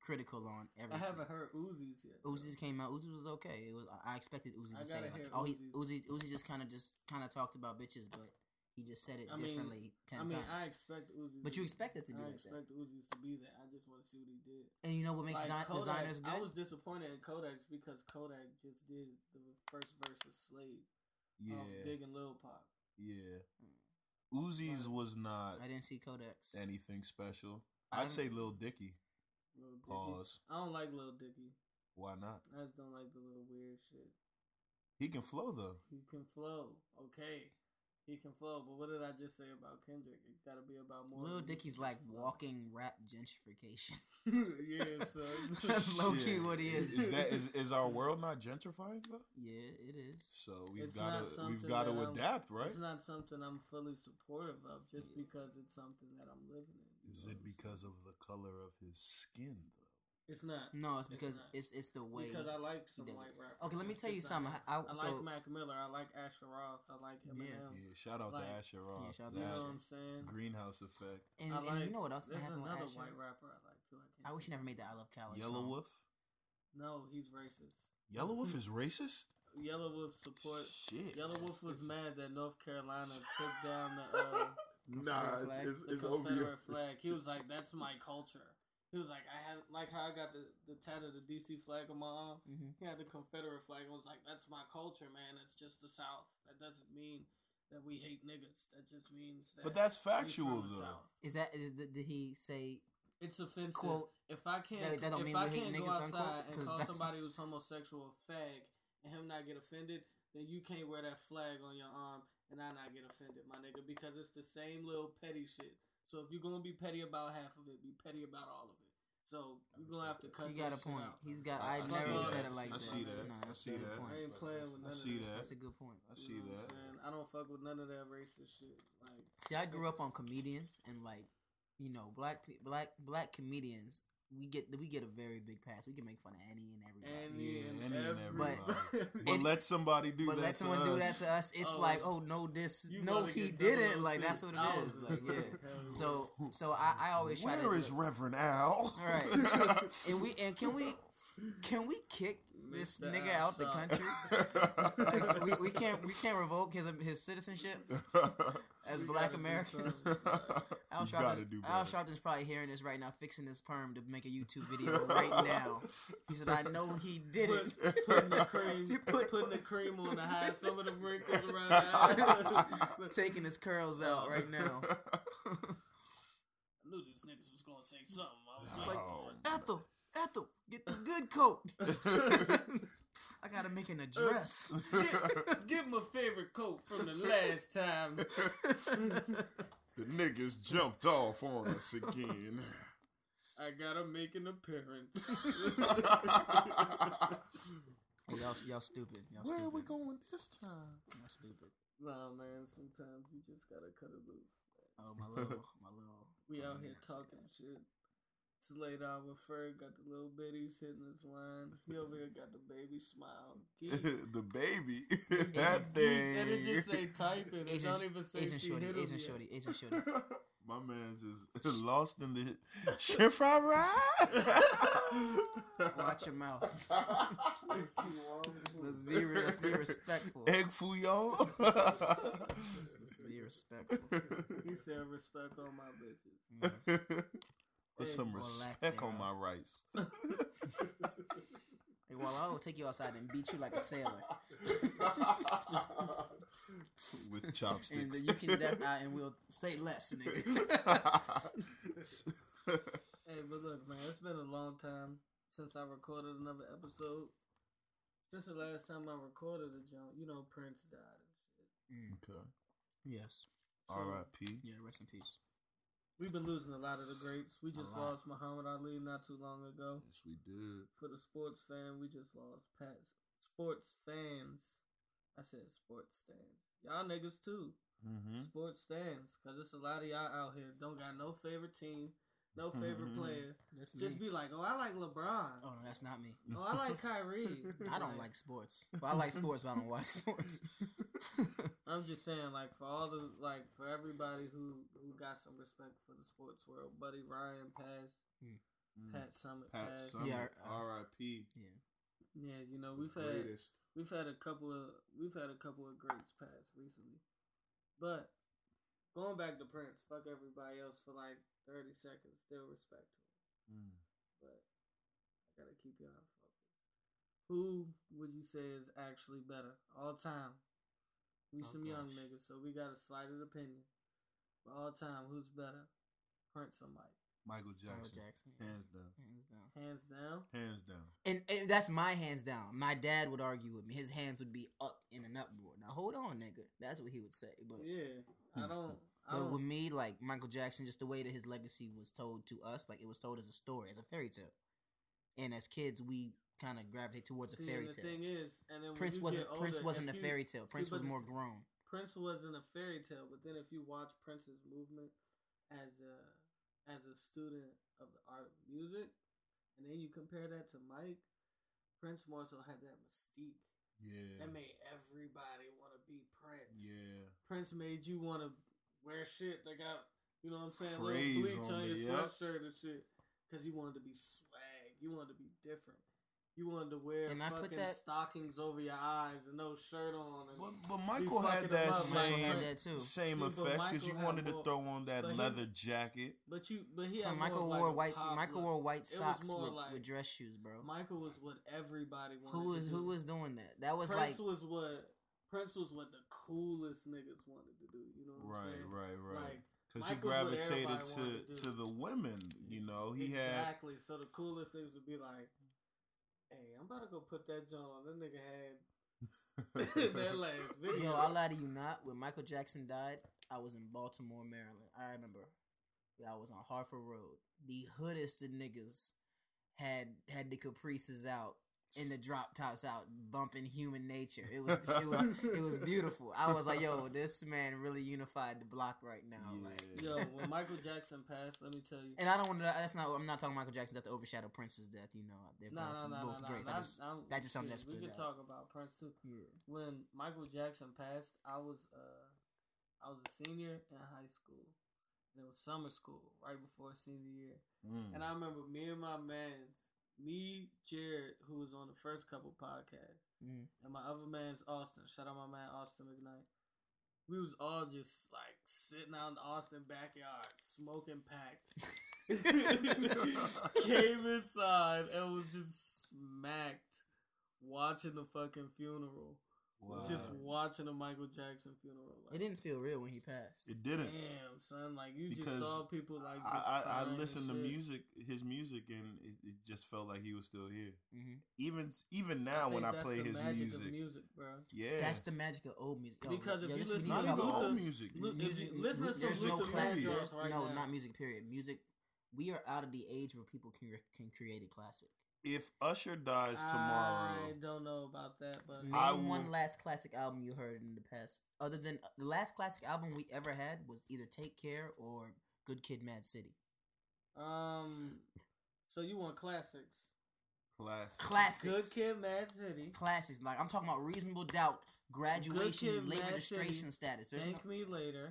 critical on
I
everything.
haven't heard Uzis yet. though.
Uzi's came out. Uzi was okay. It was I- I expected Uzi
I
to say
gotta
like
hear
all he
Uzi's.
Uzi Uzi just kind of just kind of talked about bitches, but He just said it
I mean-
differently ten
I mean,
times.
I expect Uzi.
but you expect it to be
I
like that.
expect Uzi's to be there. I just want to see what he did.
And you know what makes
Like,
di-
Kodak-
designers good?
I was disappointed at Kodak's because Kodak just did the first verse of Slade
Yeah,
off Big and Lil Pop.
yeah. Uzi's was not
Mm. I didn't see Kodak's.
anything special.
I
I'd say
haven't-
Lil Dicky.
Lil Dicky.
Pause.
I don't like Lil Dicky.
Why not?
I just don't like the little weird shit.
He can flow though.
He can flow, okay. He can flow, but what did I just say about Kendrick? It gotta be about more.
Lil
than just
Dicky's like
flow.
walking rap gentrification.
yeah, son.
That's low key
Shit.
what he is.
Is that is, is our world not gentrifying though?
yeah, it is.
So we've
It's
got
not
to
something
we've got
that
to
I'm-
adapt, right?
It's not something I'm fully supportive of, just
Yeah.
because it's something that I'm living in. you
Is
know
it
what I'm saying?
because of the color of his skin though?
It's not.
No, it's because
not.
it's it's, the way.
Because I like some
does it.
white rappers.
Okay, let me
It's
tell you
just
something.
not-
I,
I
I, so
like Mac Miller. I like Asher Roth. I like
Yeah.
Eminem.
Yeah, shout out
Oh, Like-
to Asher Roth.
shout out to
You
that
know
Asher.
what I'm saying?
greenhouse effect.
and,
I
and
like-
you know what else
There's
happened with
another
Asher?
white rapper I like too. I, can't
I wish he
think
never made the I Love Cali
Yellow
song.
Wolf.
of- No, he's racist.
Yellow Wolf is racist.
Yellow Wolf support.
Shit.
Yellow Wolf was mad that North Carolina took down the, uh,
Nah, it's,
flag.
it's,
the
it's over.
Confederate
here.
flag. He was like, "That's my culture." He was like, "I had like how I got the the tat of the DC flag on my arm.
Mhm.
He had the Confederate flag. and was like, "That's my culture, man. It's just the South. That doesn't mean that we hate niggas. That just means that."
But that's
we from
factual
the
though.
South."
Is that is, did did he say?
It's offensive.
Quote,
if I can't,
that- that
if
don't mean
I
we hate
can't go outside
niggas, unquote,
and
'cause
call
that's-
somebody who's homosexual a fag and him not get offended, then you can't wear that flag on your arm and I not get offended, my nigga, because it's the same little petty shit. So if you're gonna be petty about half of it, be petty about all of it. So you're gonna have to cut.
He got
that
a
shit
point.
out.
He's got.
I-
I,
I
see
never
that.
looked at it
I
like that.
see that.
No,
I
that's a
see
good
I
that.
point.
ain't playing with
I
none
see
of
that.
that.
That's a good point.
I
You
see
know what I'm
that.
saying? I don't fuck with none of that racist shit. Like
See, I grew up on comedians and like, you know, black pe- black black comedians. We get we get a very big pass. We can make fun of any and everybody.
and yeah,
Yeah,
and,
any and everybody.
everybody.
But
And-
let somebody do
but
that.
let
to
someone
us.
do that to us. It's
Oh,
like, oh no, this
You
no,
gonna
he
get double
didn't. Like
offended.
that's what
I
it
was
is.
like,
Like yeah.
okay.
So so I, I always try to
Where is Reverend Al?
All right. and we and can we can we kick this
Mr.
nigga out the
Outside.
country? Like, we, we can't we can't revoke his his citizenship as
We
Black
gotta do
Americans.
something.
Al
You gotta
Sharpton's,
do
Al
better.
Sharpton's probably hearing this right now, fixing his perm to make a YouTube video right now. He said, "I know he did it."
Put- putting the cream,
He put-
putting the cream on the high, some of the wrinkles around the eye.
Taking his curls out right now.
I knew these niggas was gonna say something. I was
Like,
like,
Ethel, Ethel, get the good coat. I gotta make an address.
Oh.
get, get my favorite coat from the last time.
the niggas jumped off on us again.
I gotta make an appearance.
y'all, y'all stupid. Y'all
Where
stupid.
are we going this time?
Y'all stupid.
nah, man. Sometimes you just gotta cut it loose.
Oh my little, my little.
We
oh,
out
man,
here
I see
talking
that.
shit. It's late hour. Ferg got the little bitties hitting his line. He over here got the baby smile. Geek.
the baby, that thing.
And it just say typing. It
Asian,
don't even say
Asian
she
shorty,
hit him
Asian
yet.
shorty, Asian shorty.
My man's is lost in the shit fry ride.
Watch your mouth. Let's be, re- let's be respectful.
Egg foo y'all.
Let's be respectful.
He said respect on my bitches.
Yes.
Put some
Or lack
respect on my
thereof.
rice.
Hey, well, I will take you outside and beat you like a sailor,
with
and
chopsticks.
then you can def- uh, and we'll say less, nigga.
Hey, but look, man, it's been a long time since I recorded another episode. Since the last time I recorded a joint, you know, Prince died.
okay.
Yes.
R.I.P.
Mm. Yeah. Rest in peace.
We've been losing a lot of the greats. We just
lot.
lost Muhammad Ali not too long ago.
Yes, we did.
For the sports fan, we just lost Pat. Sports fans. I said sports fans. Y'all niggas too.
Hmm?
Mm-hmm.
Sports fans. Because it's a lot of y'all out here. Don't got no favorite team, no
Mm-hmm.
favorite
Mhm.
player.
That's
Just
me.
be like, oh, I like LeBron.
oh no, that's not me.
Oh, I like Kyrie.
I don't like sports. Well, I like sports, but I don't watch sports.
I'm just saying, like for all the like for everybody who who got some respect for the sports world, Buddy Ryan passed,
Hmm.
Pat Summit
Pat
passed.
Summit.
Yeah, uh,
R.I.P.
Yeah, you know we've
the
had
greatest.
we've had a couple of we've had a couple of greats pass recently, but Going back to Prince, fuck everybody else for like 30 seconds. Still respect him. Mm. But I gotta keep y'all focused. Who would you say is actually better all time? We
Oh,
some young
gosh.
niggas, so we got a slighted opinion. But all time, who's better? Prince or Mike?
Michael
Michael
Jackson,
Jackson.
hands down,
Hands down.
Hands down.
hands down.
And, and that's my hands down. My dad would argue with me. His hands would be up in an uproar. Now hold on, nigga. That's what he would say. But
Yeah, I don't. I
But Hmm. with
don't.
me, like Michael Jackson, just the way that his legacy was told to us, like it was told as a story, as a fairy tale. And as kids, we kind of gravitate towards
See,
a fairy
and the thing
tale.
is, and then when
Prince
you
wasn't
get
Prince
older,
wasn't a
if you-
fairy tale.
see,
Prince was
but
more
the-
grown.
Prince wasn't a fairy tale, but then if you watch Prince's movement as a as a student of the art of music, and then you compare that to Mike, Prince more so had that mystique
Yeah,
that made everybody want to be Prince.
yeah.
Prince made you want to wear shit that got you know what I'm saying,
Phrase
little bleach
on
on,
it,
your
yep.
sweatshirt and shit, because you wanted to be swag, you wanted to be different. You wanted to wear
And I put
fucking
that-
stockings over your eyes and no shirt on. And
But, but Michael
fucking
had that
him up,
same
Michael
Michael had
Prince-
that too.
same
See, but
effect because
Michael
you
had
wanted to
more-
throw on that
but he-
leather jacket.
But you, but he.
So
had more
Michael
of, like,
wore
a
white
pop
Michael
look.
wore white
was
socks
more
with,
like-
with dress shoes, bro.
Michael was what everybody wanted.
Who was
to do.
who was doing that? That was
Prince
like
was what Prince was what the coolest niggas wanted to do. You know what
Right,
I'm saying?
right, right.
Like
Because he
Michael's what
gravitated
everybody wanted to
to
do.
to the women. You know, he had
exactly. So the coolest things would be like, "Hey, I'm about to go put that joint on." That nigga had that last video.
Yo, I lie to you not. When Michael Jackson died, I was in Baltimore, Maryland. I remember. Yeah, I was on Hartford Road. The hoodest of niggas had had the caprices out and the drop tops out, bumping human nature. It was it was it was beautiful. I was like, yo, this man really unified the block right now. Like
Yo, when Michael Jackson passed, let me tell you.
And I don't want to. That's not. I'm not talking Michael Jackson's death to overshadow Prince's death. You know, they're
No, no,
both,
no, no,
both
no.
great.
not-
I just,
I don't-
that's just something that
shit,
stood
We can
out.
talk about Prince too.
yeah.
when Michael Jackson passed, I was uh I was a senior in high school. And it was summer school right before senior year.
Mm.
And I remember me and my mans, me, Jared, who was on the first couple podcasts,
Mhm.
and my other man's Austin. Shout out my man Austin McKnight. We was all just like sitting out in the Austin backyard, smoking pack. Came inside and was just smacked watching the fucking funeral.
Wow.
Just watching a Michael Jackson funeral. Like,
It didn't feel real when he passed.
It didn't.
Damn, son. Like you
Because
just saw people like. Just
I, I, I
crying and
listened to
shit.
music, his music, and it, it just felt like he was still here.
hmm
Even even now, when
think
I
that's
play
the
his
magic
music,
Of music, bro.
yeah,
That's the magic of old music. Yo,
Because
yo,
if you
this
listen
music
not
to
is
even
Luther-
about
old music.
Lu- if
music-
you listen to
mu- there's
Luther
no class.
Vandross
There's,
right
no,
now.
not music. Period. Music. We are out of the age where people can can create a classic.
if Usher dies tomorrow,
I don't know about that, but
Name
I
one
will-
last classic album you heard in the past, other than uh, the last classic album we ever had was either Take Care or Good Kid, Mad City.
um. So you want classics?
class,
Classics.
Good Kid, Mad City.
Classics. Like I'm talking about Reasonable Doubt, Graduation,
Kid,
Late
Mad City.
Registration Status. There's
Thank
no,
Me Later.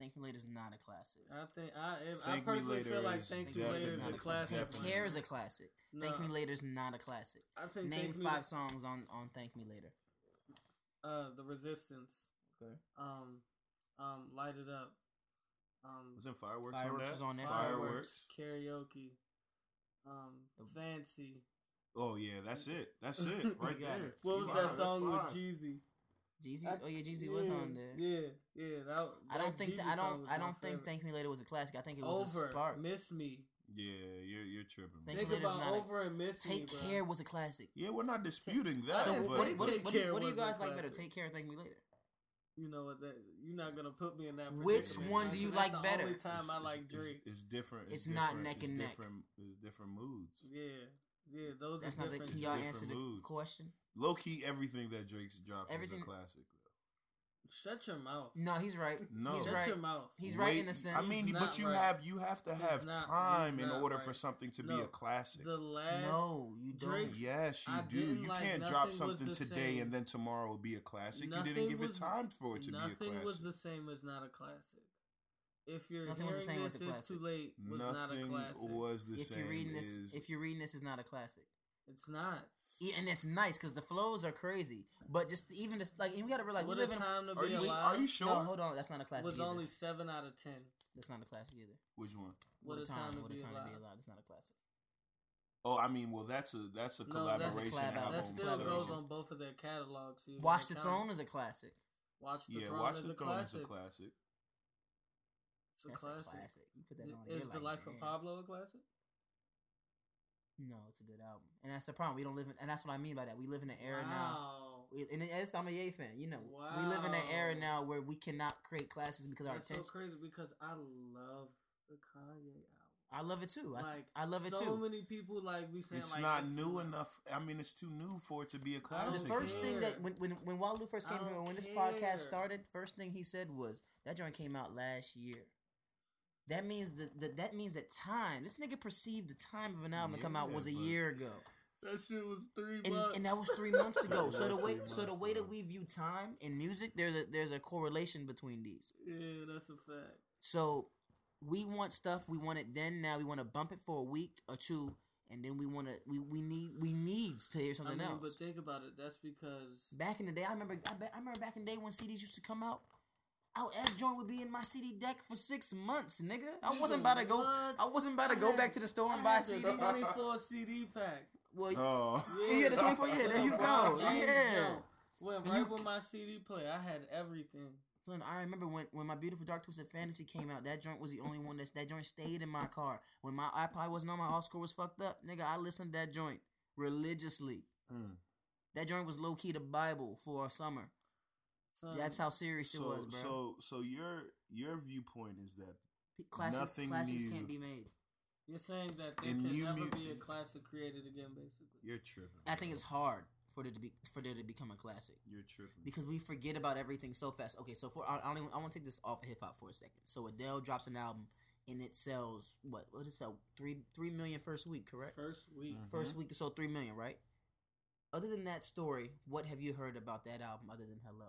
Thank Me Later is not a classic.
I think I. If, I
Thank Me
personally
Later
feel like
is
Thank Me
definitely
Later is
not
a
a
classic.
classic.
Take
one.
Care is a classic.
No,
Thank Me Later is not a classic.
I think
Name
Thank Me-
five songs on on Thank Me Later.
Uh, the Resistance.
Okay.
Um, um, light it up. Um,
Wasn't fireworks,
Fireworks
on that?
was on there.
Fireworks.
karaoke, um, fancy.
Oh yeah, that's it. That's it right
You got
there.
it.
What was
Wow,
that
that's
song with
fire.
Jeezy?
Jeezy.
I-
Oh yeah, Jeezy was on there.
Yeah, yeah. That,
I don't
that
think
Jeezy
that, I
song
don't
was
I
my
don't think
favorite.
Thank Me Later was a classic. I think it was
over
a spark.
miss me.
Yeah, you're you're tripping.
Thank
Man.
Think
Me Later's
about
not a-
over and miss me.
Take
bro.
Care was a classic.
Yeah, we're not disputing that.
So
didn't
what,
but,
say
what, what,
Take
what, do-
Care
what do you
wasn't a
guys like better,
classic.
Take Care or Thank Me Later?
You know what? That you're not gonna put me in that.
Which
predicament,
one
man,
do you
'cause
like
that's
better?
The only time
it's,
I
it's-
like
it's,
Drake.
it's, different. It's,
It's not
different,
neck
it's
and neck.
Different, it's different moods.
Yeah, yeah. Those
That's
are
not the
different.
can y'all
Different
answer the
moods.
question?
Low key, everything that Drake's dropped
Everything-
is a classic.
Shut your mouth.
No, he's right.
No.
he's
Shut
right.
your mouth.
He's right
Wait,
in a sense.
I mean,
He's
but
not
you
right.
have you have to
He's
have
not-
time
he's
in
not
order for
right.
something to be
No,
a classic.
The last.
no, you don't.
Drake-
Yes, you
I
do.
didn't
You
like
can't drop
Nothing Was
something
the
today
Same.
and then tomorrow will be a classic. you
Nothing
didn't give
was-
it time for it to be a
Nothing
classic.
was the same as not a classic. If you're
Nothing was the
hearing
same as
this,
a
it's too
classic.
late. Was not a
Nothing
classic.
was the
if
same.
you're reading this,
is
if you're reading this, is not a classic.
It's not.
Yeah, and it's nice because the flows are crazy. But just even just like and we gotta realize we
what a
live in.
time to
Are
be
you,
alive
are you sure?
No, hold on, that's not a classic
was
either.
only seven out of ten.
That's not a classic either.
Which one?
What, a time, to,
what
be
a time
alive.
to be alive. That's not a classic.
Oh, I mean, well, that's a that's a
No, that's a
collaboration
collab album.
album.
That still
so-
goes on both of their catalogs. so you
Watch the
gotta count
Throne
it.
is a classic.
Watch the
Yeah,
throne
Watch
is
the
a
Throne is a
classic.
classic.
It's a
That's
classic.
You put that on.
Is
you're
the
like,
life of
"Man."
Pablo a classic?
No, it's a good album, and that's the problem. We don't live in, and that's what I mean by that. We live in an era now.
Wow.
We, and it's, I'm a Ye fan, you know. We live in an era
Wow.
now where we cannot create classes because our
That's so
attention.
crazy because I love the Kanye album.
I love it too. I,
Like
I love it
so
too.
many people like we saying
It's
like
not new enough. I mean, it's too new for it to be a
don't
the
classic.
first
care.
thing that when when when Walu first
I
came here,
don't
when this
care.
podcast started, first thing he said was that joint came out last year. That means that that, that means that time. This nigga perceived the time of an album to come out
Yeah,
was a
but-
year ago,
That shit was three
and
months.
and that was three months ago. so
That
the
was
way
three
so the
months,
way that
yeah.
we view time in music, there's a there's a correlation between these.
yeah, that's a fact.
So we want stuff. We want it then. Now we want to bump it for a week or two, and then we want to. We, we need we needs to hear
I
something
mean,
else.
but think about it. That's because
back in the day, I remember. I, be- I remember back in the day when CDs used to come out. Our ass joint would be in my CD deck for six months, nigga. I wasn't about to go.
What?
I wasn't about to
I
go
had-
back to the store and
I
buy
had the
CD.
money.
24 CD pack.
Well,
Oh,
you had the 24. Yeah, there you go.
LeBron James
Yeah.
joint. Went
You
right
c-
with my CD player. I had everything.
Son, I remember when, when my beautiful dark twisted fantasy came out. That joint was the only one that's that joint stayed in my car. When my iPod wasn't on, my off score was fucked up. Nigga, I listened to that joint religiously.
Hmm.
That joint was low key the Bible for a summer.
Son,
That's how serious
so
it was, bro.
so so your your viewpoint is that
P- classics,
nothing
classics
new.
can't be made.
you're saying that there
And
can
you
never
mu-
be a classic created again, basically.
you're tripping.
I think it's hard for there to be for there to become a classic
you're tripping.
because we forget about everything so fast. Okay, so for I, I, don't even- I want to take this off of hip hop for a second. So Adele drops an album and it sells what? What did it sell? Three three million first week, correct?
First week.
Mhm.
First week it sold three million, right? Other than that story, what have you heard about that album other than Hello?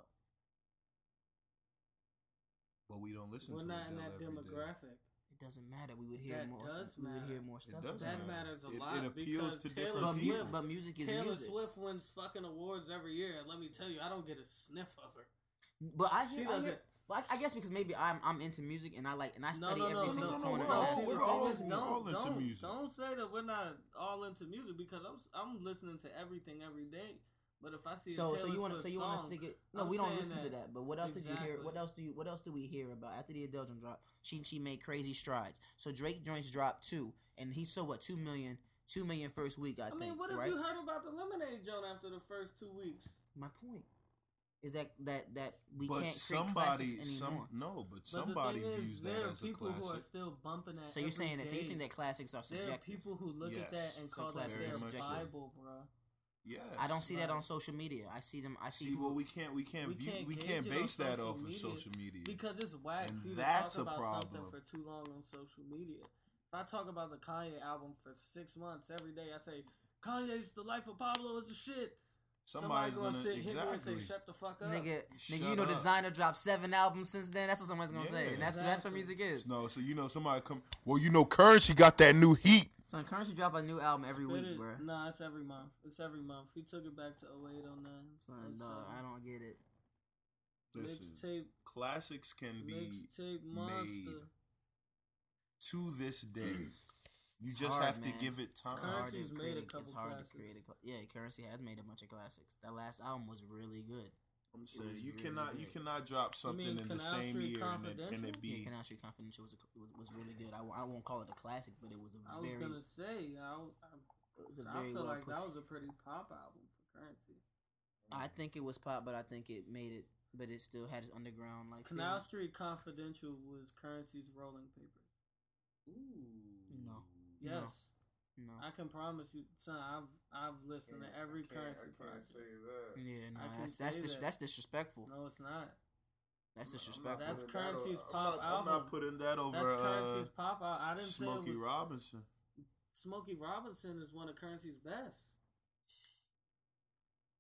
but we don't listen
We're
to
not in that
Adele every day.
demographic.
It doesn't matter. We would hear
That
more.
does
we would hear
matter.
more stuff.
It does
about
That
it.
matters a
It-
lot
it appeals
because
to
Taylor
different
But, mu-
Swift,
but music is
Taylor
music.
Swift wins fucking awards every year. and Let me tell you, I don't get a sniff of her.
But I hear.
She
I hear-
doesn't.
well, I, I guess because maybe I'm I'm into music and I like and I study every
no,
single
no, no,
corner.
we're
of
all-
that.
See, the
we're
thing
all-
is,
we're
don't-
all into
don't-
music.
Don't say that we're not all into music because I'm s- I'm listening to everything every day. But if I see
so
a Taylor
so you want to
Swift
so you want to
song,
stick it? No,
I'm
we don't
saying
listen to
that.
that. But what else did you hear?
Exactly.
What else do you what else do we hear about after the Adele joint drop? She she made crazy strides. So Drake joints dropped two, and he sold what two million two million first week. I,
I,
think.
mean, what have
right?
you heard about the Lemonade Joint after the first two weeks?
My point is that that that we
but
can't create
somebody,
classics
some
anymore.
no, but
But
somebody
the thing
views
is,
that
there are
as a
people who are
classic.
still bumping that.
so you're
every
saying that so you
day.
think that classics
there
are
are
subjective?
people who look at that
Yes,
and
so
call that
classics
their
are subjective.
Bible, bro.
Yes.
I don't see that
Right.
on social media. I see them. I see.
see.
people-
Well, we can't we can't
We
view
can't
we
gauge
can't
it on
base that
social
off of
media
social media.
Because it's whack
And
for you to
that's
talk
a
about
problem.
something for too long on social media. If I talk about the Kanye album for six months every day, I say Kanye's "The Life of Pablo" is the shit.
somebody's
gonna,
gonna,
sit hit me and
exactly.
say, "Shut the fuck up."
Nigga,
Shut
nigga, you know,
up.
designer dropped seven albums since then. That's what someone's gonna say,
Yeah.
and that's that's what
Exactly.
music is.
No, so you know somebody come. Well, you know currency got that new heat.
So Currency drop a new album every
But
week,
it-
bro.
Nah, it's every month. It's every month. He took it back to 08, 09.
Son,
It's,
no,
uh,
I don't get it.
Listen,
Mixtape,
classics can be
mixtape monster.
to this day. You
Mm. It's
just
hard,
have to
man.
give it
It's
time.
hard to
Currency's made a
create.
couple
it's hard
classics.
to create. A, cla- yeah, Currency has made a bunch of classics. That last album was really good.
I'm
It
saying
was
you
really
cannot you
good.
cannot drop something
mean
in the
Canal
same
Street
year and it, and it
Confidential?
be
Yeah, Canal Street Confidential was, a, was was really good. I, won't- I won't call it a classic, but it was
I
a
was
very
gonna say, I,
It was a
I, I
very
feel
well
like
put-
that was a pretty pop album for Currency.
I think it was pop, but I think it made it. But it still had its underground like.
Canal Street
feeling.
Confidential was Currency's rolling paper.
No. No.
Yes,
No.
I can promise you, son. I've I've listened to
I
every
can't, I
Currency
can't
project.
say that.
yeah, no.
I can
That's that's
say
dis-
that.
that's disrespectful.
No, it's not.
That's
I'm not-
disrespectful.
That's
putting that
Currency's
on- I'm
pop
not-
I'm
album.
not putting that
That's
over uh,
Currency's pop out. I didn't say
Smokey
it was,
Robinson.
Smokey Robinson is one of Currency's best.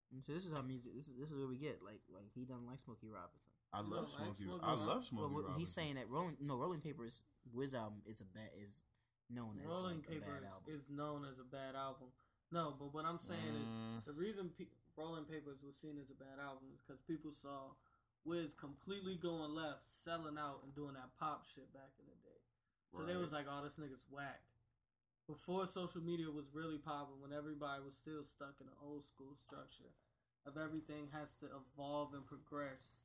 So this is how music. This is this is where we get like like he doesn't like Smokey Robinson.
I
You
love
don't like
Smokey.
Smokey
I love
Robinson?
Smokey
but what-
Robinson.
he's saying that Rolling no Rolling Papers Wiz album is a bad is known as
Rolling
like a
Papers
bad album.
is known as a bad album. No, but what I'm saying is
Mm.
the reason pe- Rolling Papers was seen as a bad album is because people saw Wiz completely going left, selling out, and doing that pop shit back in the day. So they
Right.
was like, "Oh, this nigga's whack." Before social media was really popping, when everybody was still stuck in the old school structure of everything has to evolve and progress,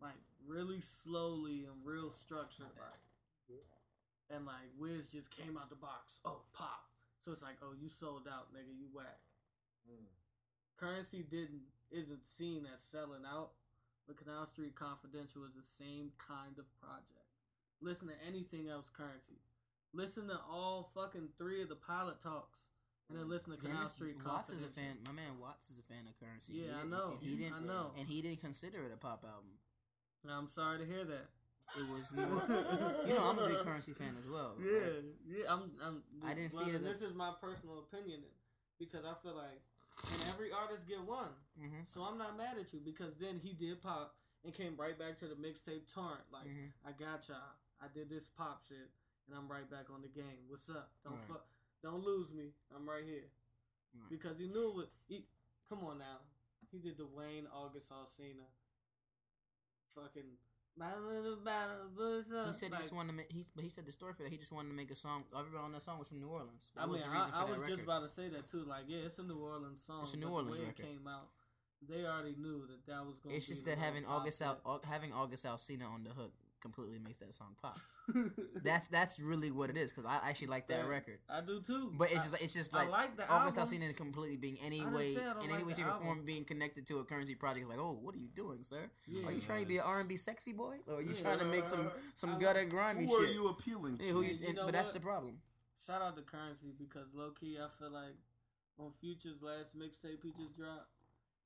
like really slowly and real structured, like. And like Wiz just came out the box. Oh, pop! So it's like, oh, you sold out, nigga. You whack. Mm. Currency didn't isn't seen as selling out, but Canal Street Confidential is the same kind of project. Listen to anything else, Currency. Listen to all fucking three of the pilot talks, and then listen to
Man,
Canal
this-
Street
Watts is
Confidential.
a fan. My man Watts is a fan of currency.
Yeah, I
didn't-
know.
And he didn't.
I know.
And he didn't consider it a pop album.
And I'm sorry to hear that.
It was no. you know, I'm a big currency fan as well. Oh, right?
Yeah, yeah. I'm. I'm
I didn't see
well,
it as a-
This is my personal opinion because I feel like, and every artist get one.
Mhm.
So I'm not mad at you because then he did pop and came right back to the mixtape torrent. Like
Mhm.
I got y'all. I did this pop shit and I'm right back on the game. What's up? Don't
Right.
fuck. Don't lose me. I'm right here
Right.
because he knew what. He, come on now. He did the Wayne August Alsina. Fucking.
He
He
said he just wanted to make. He, but he said the story for that. He just wanted to make a song. Everybody on that song was from New Orleans. That
I
was
mean,
the reason
I, I
for
was
that
just
record.
about to say that too. Like, yeah, it's a New Orleans song.
It's a New
but
Orleans
the way
record.
It came out. They already knew that that was going.
it's
be
just
the
that having
little pop
August out,
hit.
Au- having August Alsina on the hook completely makes that song pop. that's that's really what it is because I actually like that
Thanks.
record.
I do too.
But it's
I-
just like, it's just
I
like,
like the
August
album.
Alsina completely being any
I didn't
way
say I
in
don't
any
like
way
the
shape or
album.
form being connected to a currency project is like, oh, what are you doing, sir? Are you
Yeah.
trying to be an R and B sexy boy, or are you
Yeah.
trying to make some
I
some
like-
gutter grimy
Who are
shit?
you appealing to?
Yeah, who
Yeah,
you,
you
and-
know
but that's
what?
the problem.
shout out to Currency because low key, I feel like on Future's last mixtape he just dropped,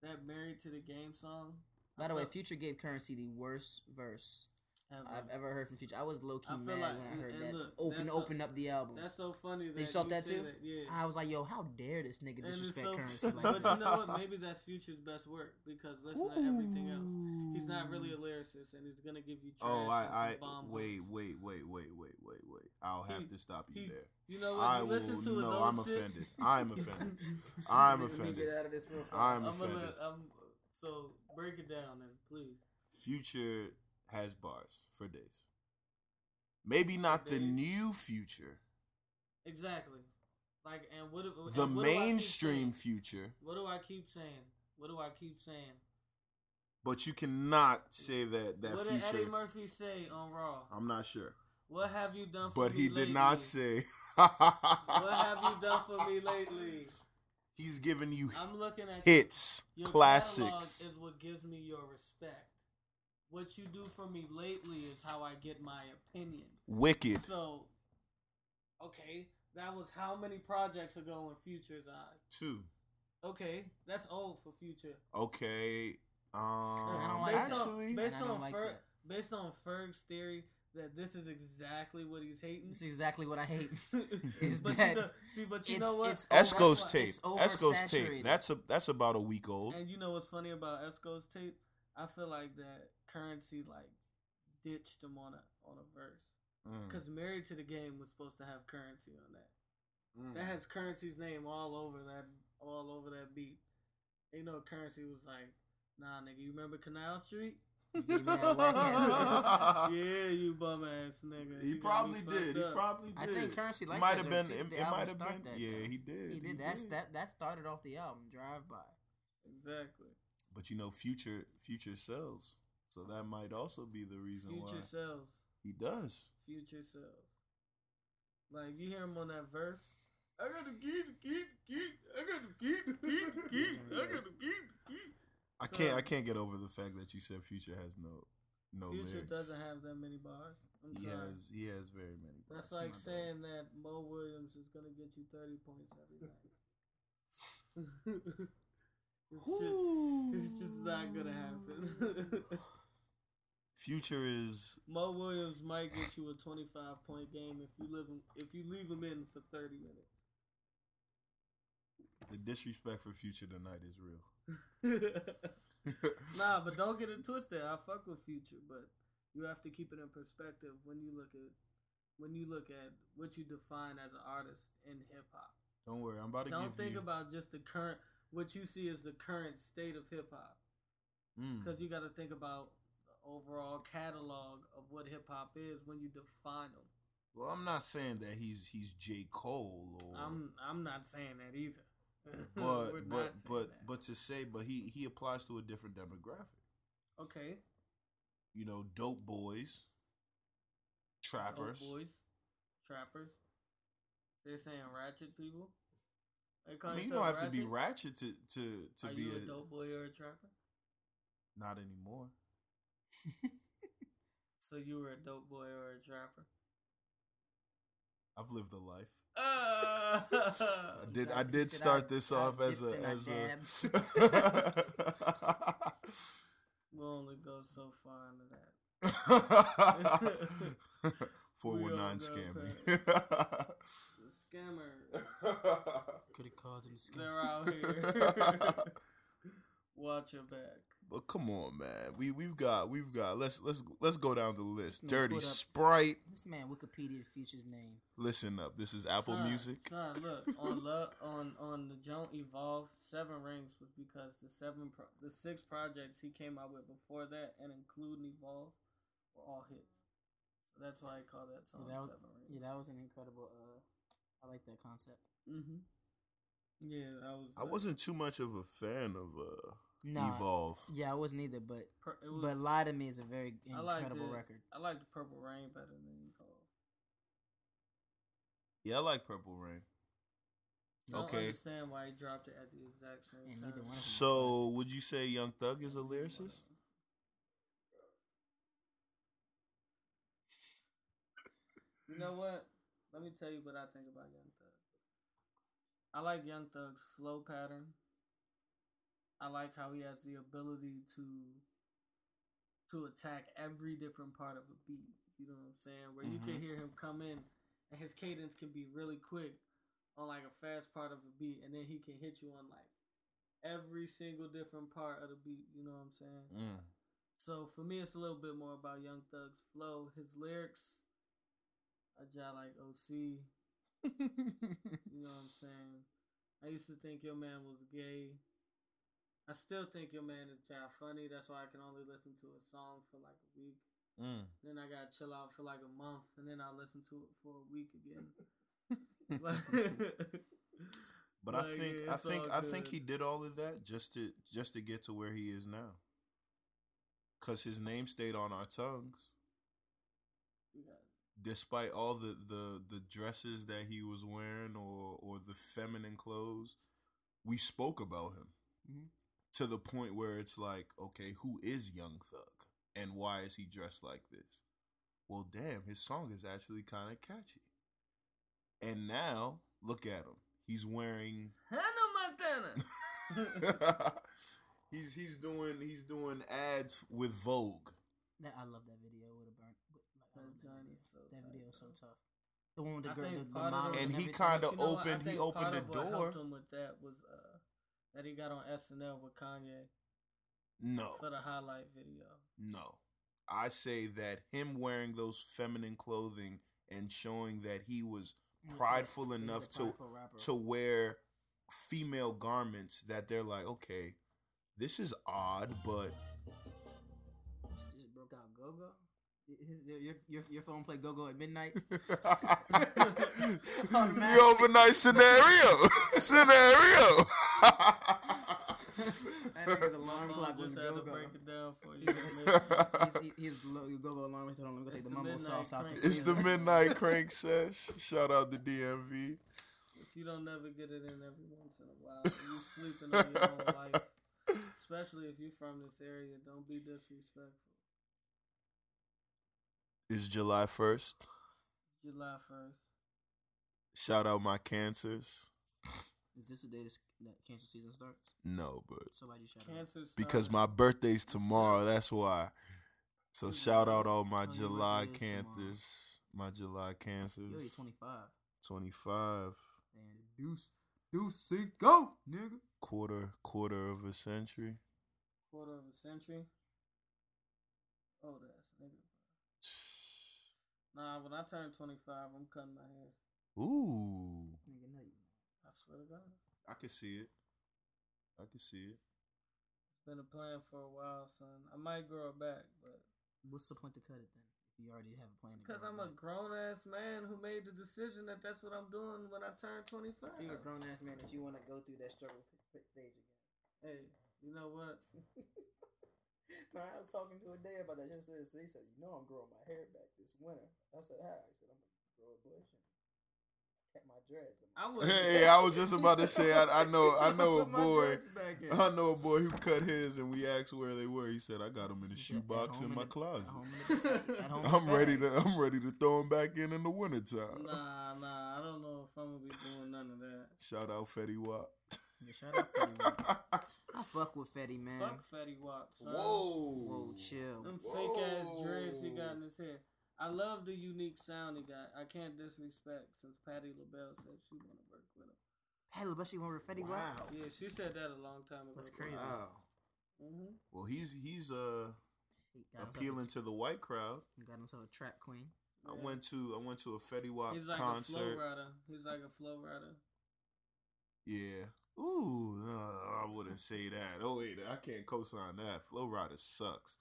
that "Married to the Game" song.
By the
I
way,
felt-
Future gave Currency the worst verse
Ever.
I've ever heard from Future. I was low key
I feel
mad
like-
when
and-
I heard
and
that.
look,
open
that's
open up the album.
That's so funny. That
They shot that
say
too?
That. Yeah.
I was like, yo, how dare this nigga
And it's
disrespect
so-
Currency
but
like
you
this?
know what? Maybe that's Future's best work because listen to everything else. He's not really a lyricist, and he's gonna give you. Trash
Oh,
and
I, I
some bomb
wait,
hooks.
wait, wait, wait, wait, wait, wait. I'll have
He-
to stop you
he-
there.
You know what?
I
you
will.
listen to his
No,
old
I'm
shit.
offended. I'm offended. I'm offended.
out of this real
I'm
I'm gonna.
offended.
I'm, so break it down, then, please.
Future has bars for days. Maybe not the
days.
new future,
Exactly. Like, and what? do-
the
and what do I keep
mainstream
saying?
future,
What do I keep saying? What do I keep saying?
but you cannot say that that
what did
future.
Eddie Murphy say on Raw?
I'm not sure,
What have you done for
but
me
he
lately?
did not say.
What have you done for me lately?
He's giving you
I'm looking at you.
hits,
Your catalog
classics.
is what gives me your respect. What you do for me lately is how I get my opinion.
Wicked.
So, okay, that was how many projects ago in Future's eyes.
Two.
Okay, that's old for Future.
Okay. Um.
don't like that.
actually,
on, based
And I don't
on
like
Ferg,
that.
based on Ferg's theory that this is exactly what he's hating.
This is exactly what I hate. is
but
that
you know, see, but you
it's-
know what? Oh,
it's
Esco's
oversat-
tape.
it's
Esco's
oversaturated.
tape. That's a that's about a week old.
And you know what's funny about Esco's tape? I feel like that currency like ditched him on a on a verse
Mm,
Hmm.
because "Married to the Game" was supposed to have currency on that.
mm.
Mm.
That has currency's name all over that all over that beat. You know, currency was like, "Nah, nigga, you remember Canal Street?
Give me that whack ass verse.
yeah, you bum ass nigga.
he
You got me
probably
fucked
did. He
up."
probably did.
I think Currency
It
liked
might
that
have
joke.
been.
See,
It,
the
it
album
might have
start
been.
that,
yeah,
though.
he did.
He did. That's that. That started off the album Drive By.
exactly.
But you know, future future sells. So that might also be the reason why
Future selves.
he does.
Future selves. Like you hear him on that verse. I gotta get, get, get. I gotta get, get, get. I gotta get, get.
I
So-
can't. I can't get over the fact that you said future has no no
Future
lyrics.
doesn't have that many bars. I'm
he
sorry.
has. He has very many.
That's
bars.
like
My bad.
saying that Mo Williams is gonna get you thirty points every night. it's, just, it's just not gonna happen.
future is
Mo Williams might get you a twenty-five point game if you live him, if you leave him in for thirty
the disrespect for future tonight is real.
minutes. nah, but don't get it twisted. I fuck with Future, but you have to keep it in perspective when you look at when you look at what you define as an artist in hip hop.
Don't worry, I'm about to
Don't
give
think
you.
about just the current what you see is the current state of hip hop
Mm,
because you got to think about the overall catalog of what hip hop is when you define them.
well, I'm not saying that he's he's J Cole or.
I'm I'm not saying that either.
but
We're
but
not saying
but
that.
but to say, but he he applies to a different demographic.
okay,
You know, dope boys,
dope
trappers.
boys, trappers. They're saying ratchet people. They call
I mean, you don't
yourself
have to be
ratchet?
ratchet to to to
Are
be
you
a,
a dope boy or a trapper?
not anymore.
So you were a dope boy or a trapper?
I've lived a life.
Uh,
I did. I
Exactly.
did
Did
start
I-
this
I
off as
dipped
a
in my
as
dabs?
a.
we'll only go so far into that.
Four one nine scammy.
The scammers,
Could have caused him to
they're out here. Watch your back.
but come on, man. We we've got we've got. Let's let's let's go down the list.
Man,
Dirty
put up-
Sprite.
This man Wikipedia Future's name.
Listen up. This is Apple
Son,
Music.
Son, look on love on on the Joan Evolve Seven Rings was because the seven pro- the six projects he came out with before that and including Evolve were all hits. So that's why I call that song
that was-
Seven Rings.
Yeah, that was an incredible. Uh, I like that concept.
Mm-hmm. Yeah, that was.
I
like,
wasn't too much of a fan of uh,
Nah.
Evolve.
Yeah, I wasn't either, but
Per, it was
but Lie to Me is a very
I liked
incredible
it.
record.
I liked Purple Rain better than Evolve.
Yeah, I like Purple Rain.
I don't
Okay.
understand why he dropped it at the exact same
And
time.
neither one of
So, would you say Young Thug is a lyricist?
You know what? Let me tell you what I think about Young Thug. I like Young Thug's flow pattern. I like how he has the ability to to attack every different part of a beat. You know what I'm saying? Where you
Mm-hmm.
can hear him come in and his cadence can be really quick on like a fast part of a beat and then he can hit you on like every single different part of the beat, you know what I'm saying?
Mm.
So for me, it's a little bit more about Young Thug's flow, his lyrics. I jive like OC. You know what I'm saying? I used to think your man was gay. I still think your man is jive funny. That's why I can only listen to a song for like a week.
Mm.
Then I gotta chill out for like a month, and then I listen to it for a week again. Like-
But I
Like,
think
yeah,
I
it's
think
all
I think
good.
he did all of that just to just to get to where he is now. Cause his name stayed on our tongues,
Yeah.
despite all the the the dresses that he was wearing or or the feminine clothes. We spoke about him
Mhm.
to the point where it's like, okay, who is Young Thug and why is he dressed like this? Well, damn, his song is actually kind of catchy. And now look at him. He's wearing
Hannah Montana.
he's he's doing he's doing ads with Vogue.
That I love that video with a burn. With, like, I
That
love that
Johnny
video.
is so
that
tight,
video is so
though.
tough. The one with the
I
girl, the,
think
the
part of
mom,
the-
And he
everything.
kinda
But you know what? I
opened- he
think
opened
part
the
of what
door.
helped him with that was uh, that he got on SNL with Kanye
No,
for the highlight video.
no. I say that him wearing those feminine clothing and showing that he was
He's a-
prideful
he's a
enough to-
prideful rapper.
to wear female garments that they're like, okay, this is odd, but
She just broke out go go. Your, your, your phone play go go at midnight.
the overnight scenario scenario.
that nigga's alarm
Phone
clock was
just had
go
to
go.
break it down for you. man.
His go go alarm. He said, "Hold on, let me go
It's
take the
the
mumble
midnight
sauce out the
crank.
It's the
freezer."
midnight crank sesh. Shout out the DMV.
if you don't never get it in every once in a while, you sleeping on your own life. Especially if you're from this area, don't be disrespectful.
It's July first.
July first.
Shout out my cancers.
Is this the day this, that cancer season starts?
No, but
Somebody shout out.
Cancer. Started.
because my birthday's tomorrow, that's why. So shout out all my
Oh, your
July
birthday is tomorrow.
cancers. My July
Yo, you're
cancers.
25.
Twenty five.
Man, deuce, deuce, cinco, nigga.
Quarter quarter of a century.
quarter of a century. Oh, that's nigga. Nah, when I turn 25, I'm cutting my hair.
Ooh.
Nigga, no, you
I I swear to God.
I can see it. I can see it.
It's been a plan for a while, son. I might grow it back, but
What's the point to cut it then? If you already have a plan. to
because
grow it
I'm a
back?
grown ass man who made the decision that that's what I'm doing when I turn 25.
So you're a grown ass man that you want to go through that struggle p- p- stage again.
hey, you know what?
no, I was talking to a day about that. She said, "He said, you know, I'm growing my hair back this winter." I said, "How?" I said, "I'm gonna grow a bush and cut my dreads."
I was.
Hey, I was just about to say, I, I know, I know a boy, I
boy.
know a boy who cut his, and we asked where they were. He said, "I got them in
At
a shoebox
home
in
in
my
a-
closet.
I'm
I'm ready to, I'm ready to throw them back in in the wintertime."
Nah, nah, I don't know if I'm gonna be doing none of that.
Shout out Fetty Wap.
Shout out Fetty. Wap. I fuck Mm. with Fetty, man.
Fuck Fetty Wap, son.
Mm. Whoa, chill.
Them fake ass
Whoa.
dreads he got in his hair. I love the unique sound he got. I can't disrespect since Patty LaBelle said she want to work with him.
Hey, but she went with Fetty Wap.
Wow.
Yeah, she said that a long time ago.
That's crazy.
Wow.
hmm
Well, he's he's uh
He got himself a-
appealing to the white crowd.
he Got himself a trap queen.
I went to I went to a Fetty Wap
He's like a
concert.
flow rider. He's like a flow rider.
Yeah. Ooh, uh, I wouldn't say that. Oh wait, I can't co-sign that. Flow Rider sucks.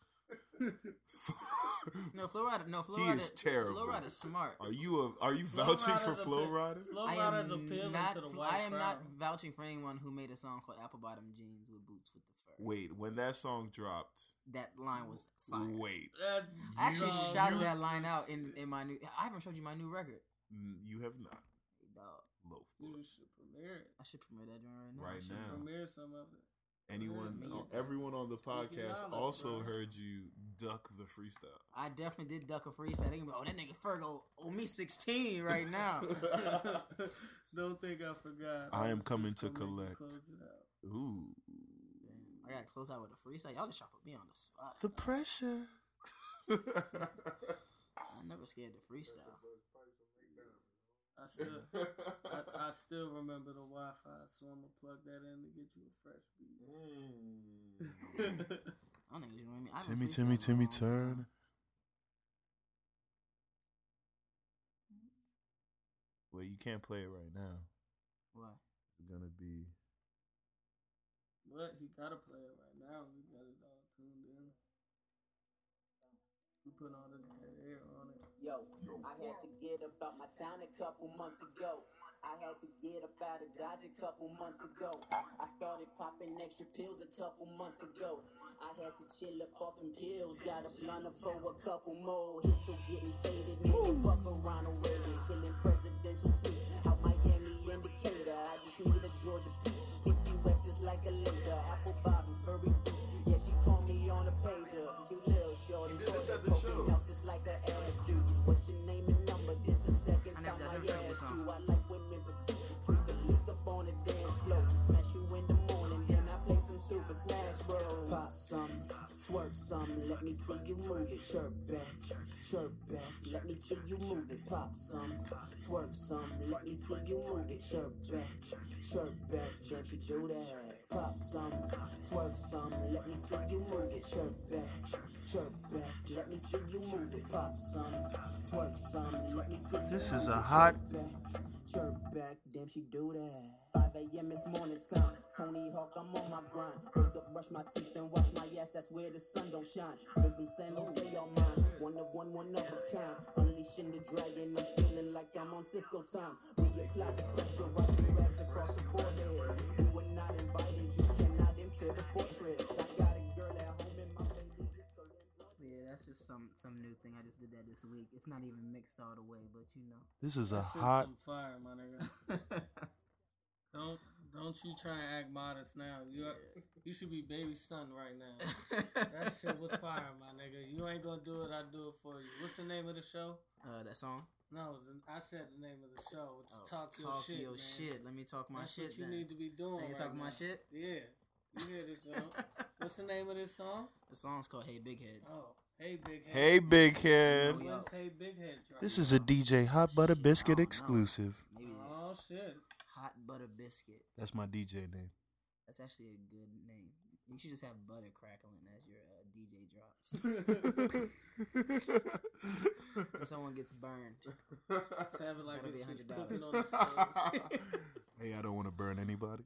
No, Florida. No, Florida.
he is terrible.
Florida smart.
Are you a, are you
Flo
vouching for
Rida's a
Flow
bit-
Rider?
Flow
I
riders appealing
am, not,
to the
fl-
white
I am
crowd.
not vouching for anyone who made a song called Apple Bottom Jeans with Boots with the Fur.
Wait, when that song dropped.
That line was fire.
Wait.
That,
I actually
you-
shouted
you-
that line out in, in my new. I haven't showed you my new record.
N- You have not.
Dog,
Loaf boy.
You should premiere it.
I should promote that joint right now.
Right
I should-
now.
Premiere some of it.
Anyone uh,
Man, get that.
everyone on the podcast
knowledge,
also
bro.
heard you duck the freestyle.
I definitely did duck a freestyle. They gonna be, oh that nigga Fergo owe me sixteen right now.
Don't think I forgot.
I am
was
coming
just
to
gonna make you
collect.
Close it out.
Ooll
Damn, I gotta close out with a freestyle. Y'all just trying to put me on the spot.
The pressure.
I'm never scared to freestyle.
I still, I, I still remember the Wi-Fi, so I'm gonna plug that in to get you a fresh beat.
I don't think you know what I mean. I haven't
Timmy,
freestyled in
Timmy,
a
Timmy,
long time.
turn. Well, you can't play it right now.
What?
It's gonna be.
but he gotta play it right now. We got it all tuned in. We put all this dead air on it.
Yo, I had to get about my town a couple months ago. I had to get up out of Dodge a couple months ago. I started popping extra pills a couple months ago. I had to chill up off them pills. Got a blunt for a couple more. Hits so getting faded. Nigga, fuck around a radio. Chilling presidential suite. Out Miami indicator. I just need a Georgia peach. Pussy wet just like a later. Apple bottom, furry boots. Yeah, she called me on a pager. You little shorty. Poking out just like an ass dude. What's your name and number? This the second
I
time
never-
I
I never played this
asked
song.
you. I like women petite. Freak a leak up on the dance floor. Smash you in the morning, then I play some Super Smash Bros. Pop some, twerk some, let me see you move it. Chirp back, chirp back, let me see you move it. Pop some, twerk some, let me see you move it. Chirp back, chirp back, don't you do that. Pop some, twerk some, let me see you move it. Chirp back, chirp back, let me see you move it. Pop some, twerk some, let me see you
This
move
is a
it.
hot
Chirp back, chirp back, damn she do that. 5 a.m. is morning time. Tony Hawk, I'm on my grind. Wake up, brush my teeth, and wash my ass. That's where the sun don't shine. Cause I'm sandals, they all mine. One of one, one of a kind. Unleashing the dragon, I'm feeling like I'm on Cisco time. We apply the pressure, rock the rags across the forehead. You were not invited, you cannot enter the fortress. I got a girl at home and my baby is so in love.
Yeah, that's just some some new thing. I just did that this week. It's not even mixed all the way, but you know.
This is a
Shit's
hot.
on fire, my nigga. Don't don't you try and act modest now. You are, you should be baby stunned right now. That shit was fire, my nigga. You ain't gonna do it. I do it for you. What's the name of the show?
Uh, that song.
No, the- I said the name of the show. It's
Oh,
talk your shit, man.
shit. Let me talk my
That's
shit.
what you
then.
need to be doing.
Now you
right
talking my
now.
shit?
Yeah, you hear this, man? What's the name of this song?
The song's called "Hey Big Head."
Oh, hey big head.
Hey, big head.
When's hey big head drop?
This is a DJ Hot Butter Biscuit
Oh, no.
exclusive.
Maybe it's
oh shit.
hot butter biscuit.
That's my DJ name.
That's actually a good name. You should just have butter crackling as your uh, DJ drops.
Let's
If someone gets burned.
Let's have it like
Gotta
it's just
be $100.
cooking on the stove.
Hey, I don't want to burn anybody.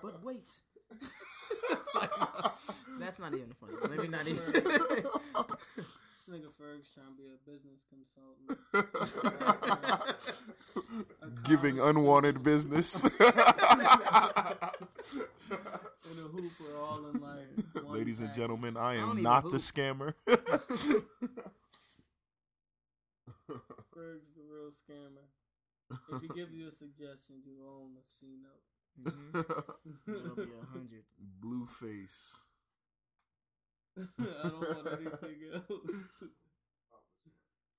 But wait. It's like, that's not even funny. Let me not even.
This nigga Ferg's trying to be a business consultant.
Giving unwanted business.
And a hooper all in like one
Ladies and
pack.
gentlemen, I
don't
am
even
not
hoop.
the scammer.
Ferg's the real scammer. If he gives you a suggestion, you own a C note.
Mm-hmm. It'll be a hundred.
Blueface.
I don't want anything else.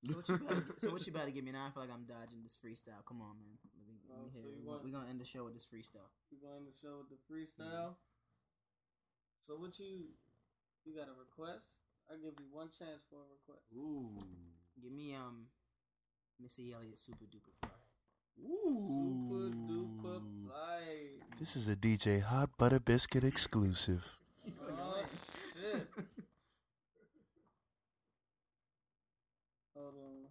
So what you about to, so what you about to give me now? I feel like I'm dodging this freestyle. Come on, man. Let me, let
Oh,
me
so
hear.
you
it.
want-
we gonna end the show with this freestyle.
You going to show with the freestyle? So what you you got a request? I give you one chance for a request.
Ooh.
Give me um, Missy Elliott, super duper fly.
Super duper fly.
This is a DJ Hot Butter Biscuit exclusive.
Oh shit. Hold on.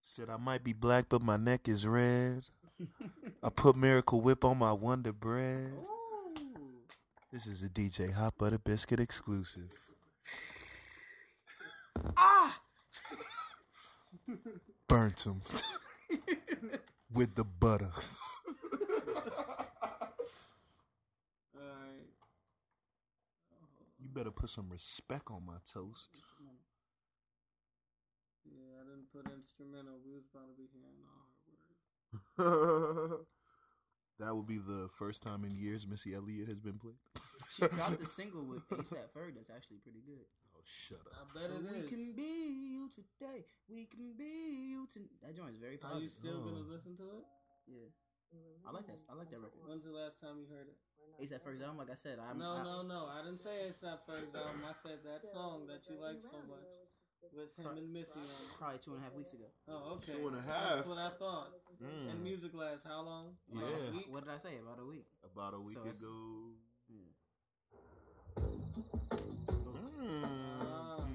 Said I might be black, but my neck is red. I put Miracle Whip on my Wonder Bread.
Ooh.
This is a DJ Hot Butter Biscuit exclusive.
Ah.
Burnt him with the butter.
Alright.
You better put some respect on my toast.
Yeah, I didn't put instrumental. We was about to be hearing all her words.
that will be the first time in years Missy Elliott has been played.
She dropped a single with ASAP Ferg. That's actually pretty good.
Oh, shut
I
up.
bet
But we
it
can
is.
be you today. We can be you to. That joint is very
Are you
positive.
still gonna
Oh.
listen to it?
yeah. I like that. I like that record.
When's the last time you heard it?
ASAP Ferg's album, like I said, I'm
No,
I,
no, no. I didn't say it's not Ferg's album. I said that song that you like so much with him and Missy on. it.
probably two and a half weeks ago.
Oh, okay.
Two and a
That's
half.
what I thought.
Mm.
And music lasts how long? About a
Yeah.
week?
What did I say about a week?
About a week
So it's-
ago. Hmm.
Ah,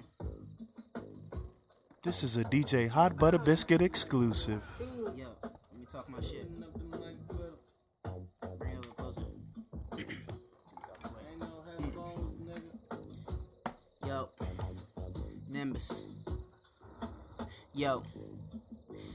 This is a DJ Hot Butter Biscuit exclusive.
Yo, let me talk my shit.
putting up the mic with-
Bring it a little closer. Things out the way.
ain't no headphones, nigga.
Yo, Nimbus. Yo,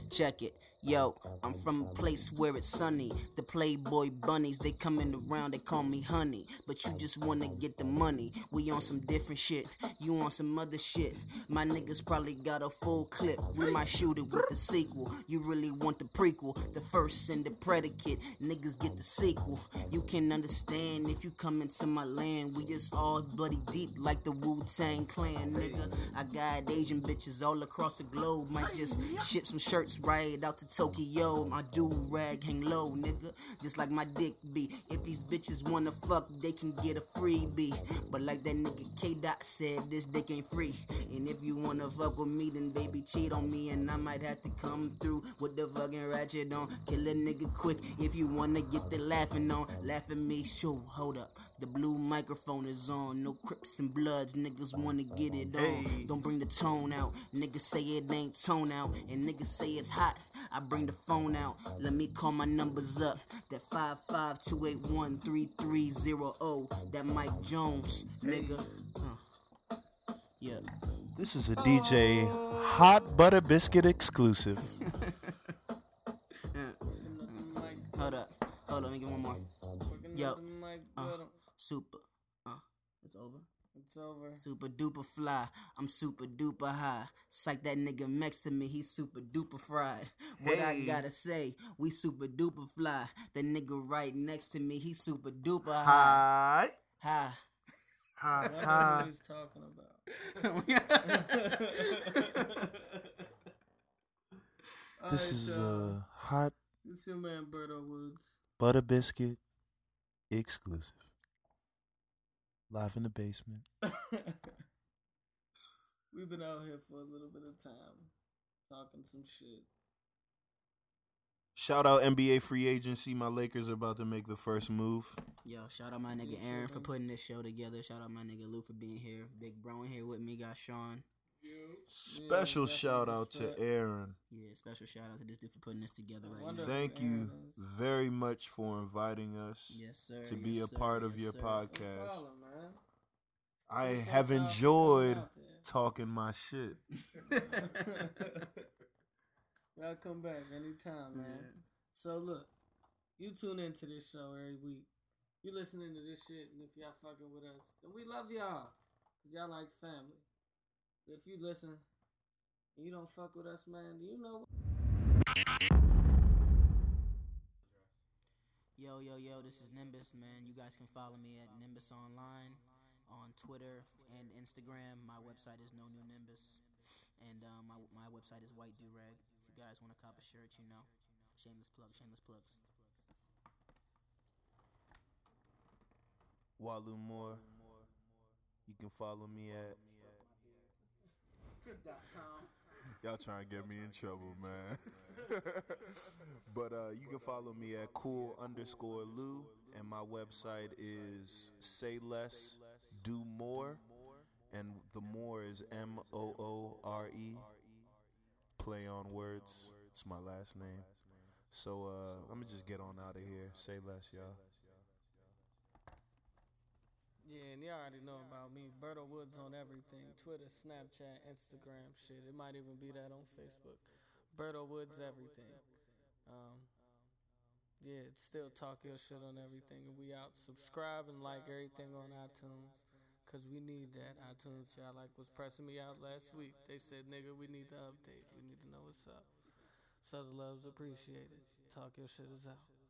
check it. Yo, I'm from a place where it's sunny. The Playboy bunnies, they coming around, they call me honey. But you just wanna get the money. We on some different shit. You on some other shit. My niggas probably got a full clip. We might shoot it with the sequel. You really want the prequel, the first and the predicate. Niggas get the sequel. You can understand if you come into my land. We just all bloody deep like the Wu Tang Clan, nigga. I got Asian bitches all across the globe. Might just ship some shirts right out to Tokyo. My do rag hang low, nigga. Just like my dick be. If these bitches wanna fuck, they can get a freebie. But like that nigga K Dot said, this dick ain't free. And if you wanna fuck with me, then baby cheat on me, and I might have to come through with the fucking ratchet on. Kill a nigga quick if you wanna get the laughing on. Laugh at me, sure. Hold up, the blue microphone is on. No crips and bloods, niggas wanna get it on. Don't bring the tone out, niggas say it ain't tone out, and niggas say it's hot. I bring the phone out. Let me call my numbers up. That five five two eight one three three zero zero. That Mike Jones, nigga. Uh, Yeah.
This is a DJ Hot Butter Biscuit exclusive.
Putting up the mic,
Hold up. Hold on, let me get one more.
putting
Yo.
up the mic
Uh,
with 'em.
super. Uh, it's over.
It's over.
Super duper fly. I'm super duper high. Psych that nigga next to me. He's super duper fried. What I gotta say, we super duper fly. The nigga right next to me, he's super duper high.
Hi.
High.
I don't
Uh.
know what he's talking about.
This
Alright,
is uh,
y'all.
a Hot
It's your man Berto Woods.
Butter Biscuit exclusive. Live in the basement.
We've been out here for a little bit of time, talking some shit.
Shout out NBA free agency. My Lakers are about to make the first move.
Yo, shout out my nigga Aaron for putting this show together. Shout out my nigga Lou for being here. Big Bro in here with me. Got
you.
Sean.
Yeah,
Special
definitely
shout out to
respect.
Aaron.
Yeah, special shout out to this dude for putting this together
No
right
wonder-
now.
Thank you
Aaron is-
very much for inviting us.
Yes, sir.
To be
yes,
a
sir,
part of
yes,
your
sir.
podcast.
No problem, man.
I
Thanks for
have
coming
enjoyed
out there.
talking my shit.
Welcome back anytime, man. So look, you tune into this show every week. You listening to this shit, and if y'all fucking with us, then we love y'all, cause y'all like family. But if you listen, and you don't fuck with us, man. Do you know what?
Yo, yo, yo, this is Nimbus, man. You guys can follow me at Nimbus Online on Twitter and Instagram. My website is No New Nimbus. And um, my, my website is White Do Rag. If you guys want to cop a shirt, you know. Shameless plug, shameless plugs.
Walu Moore. You can follow me at. Y'all trying to get me in trouble, man. but uh, you can follow me at cool underscore Lou, and my website is say less, do more, and the more is M O O R E. Play on words. It's my last name. So uh, let me just get on out of here. Say less, y'all.
Yeah, and y'all already know about me, Berto Woods on everything: Twitter, Snapchat, Instagram, shit. It might even be that on Facebook. Berto Woods, everything. Um, yeah, it's still talk your shit on everything, and we out. Subscribe and like everything on iTunes, cause we need that. iTunes, y'all like was pressing me out last week. They said, "Nigga, we need to update. We need to know what's up." So the love's appreciated. Talk your shit is out.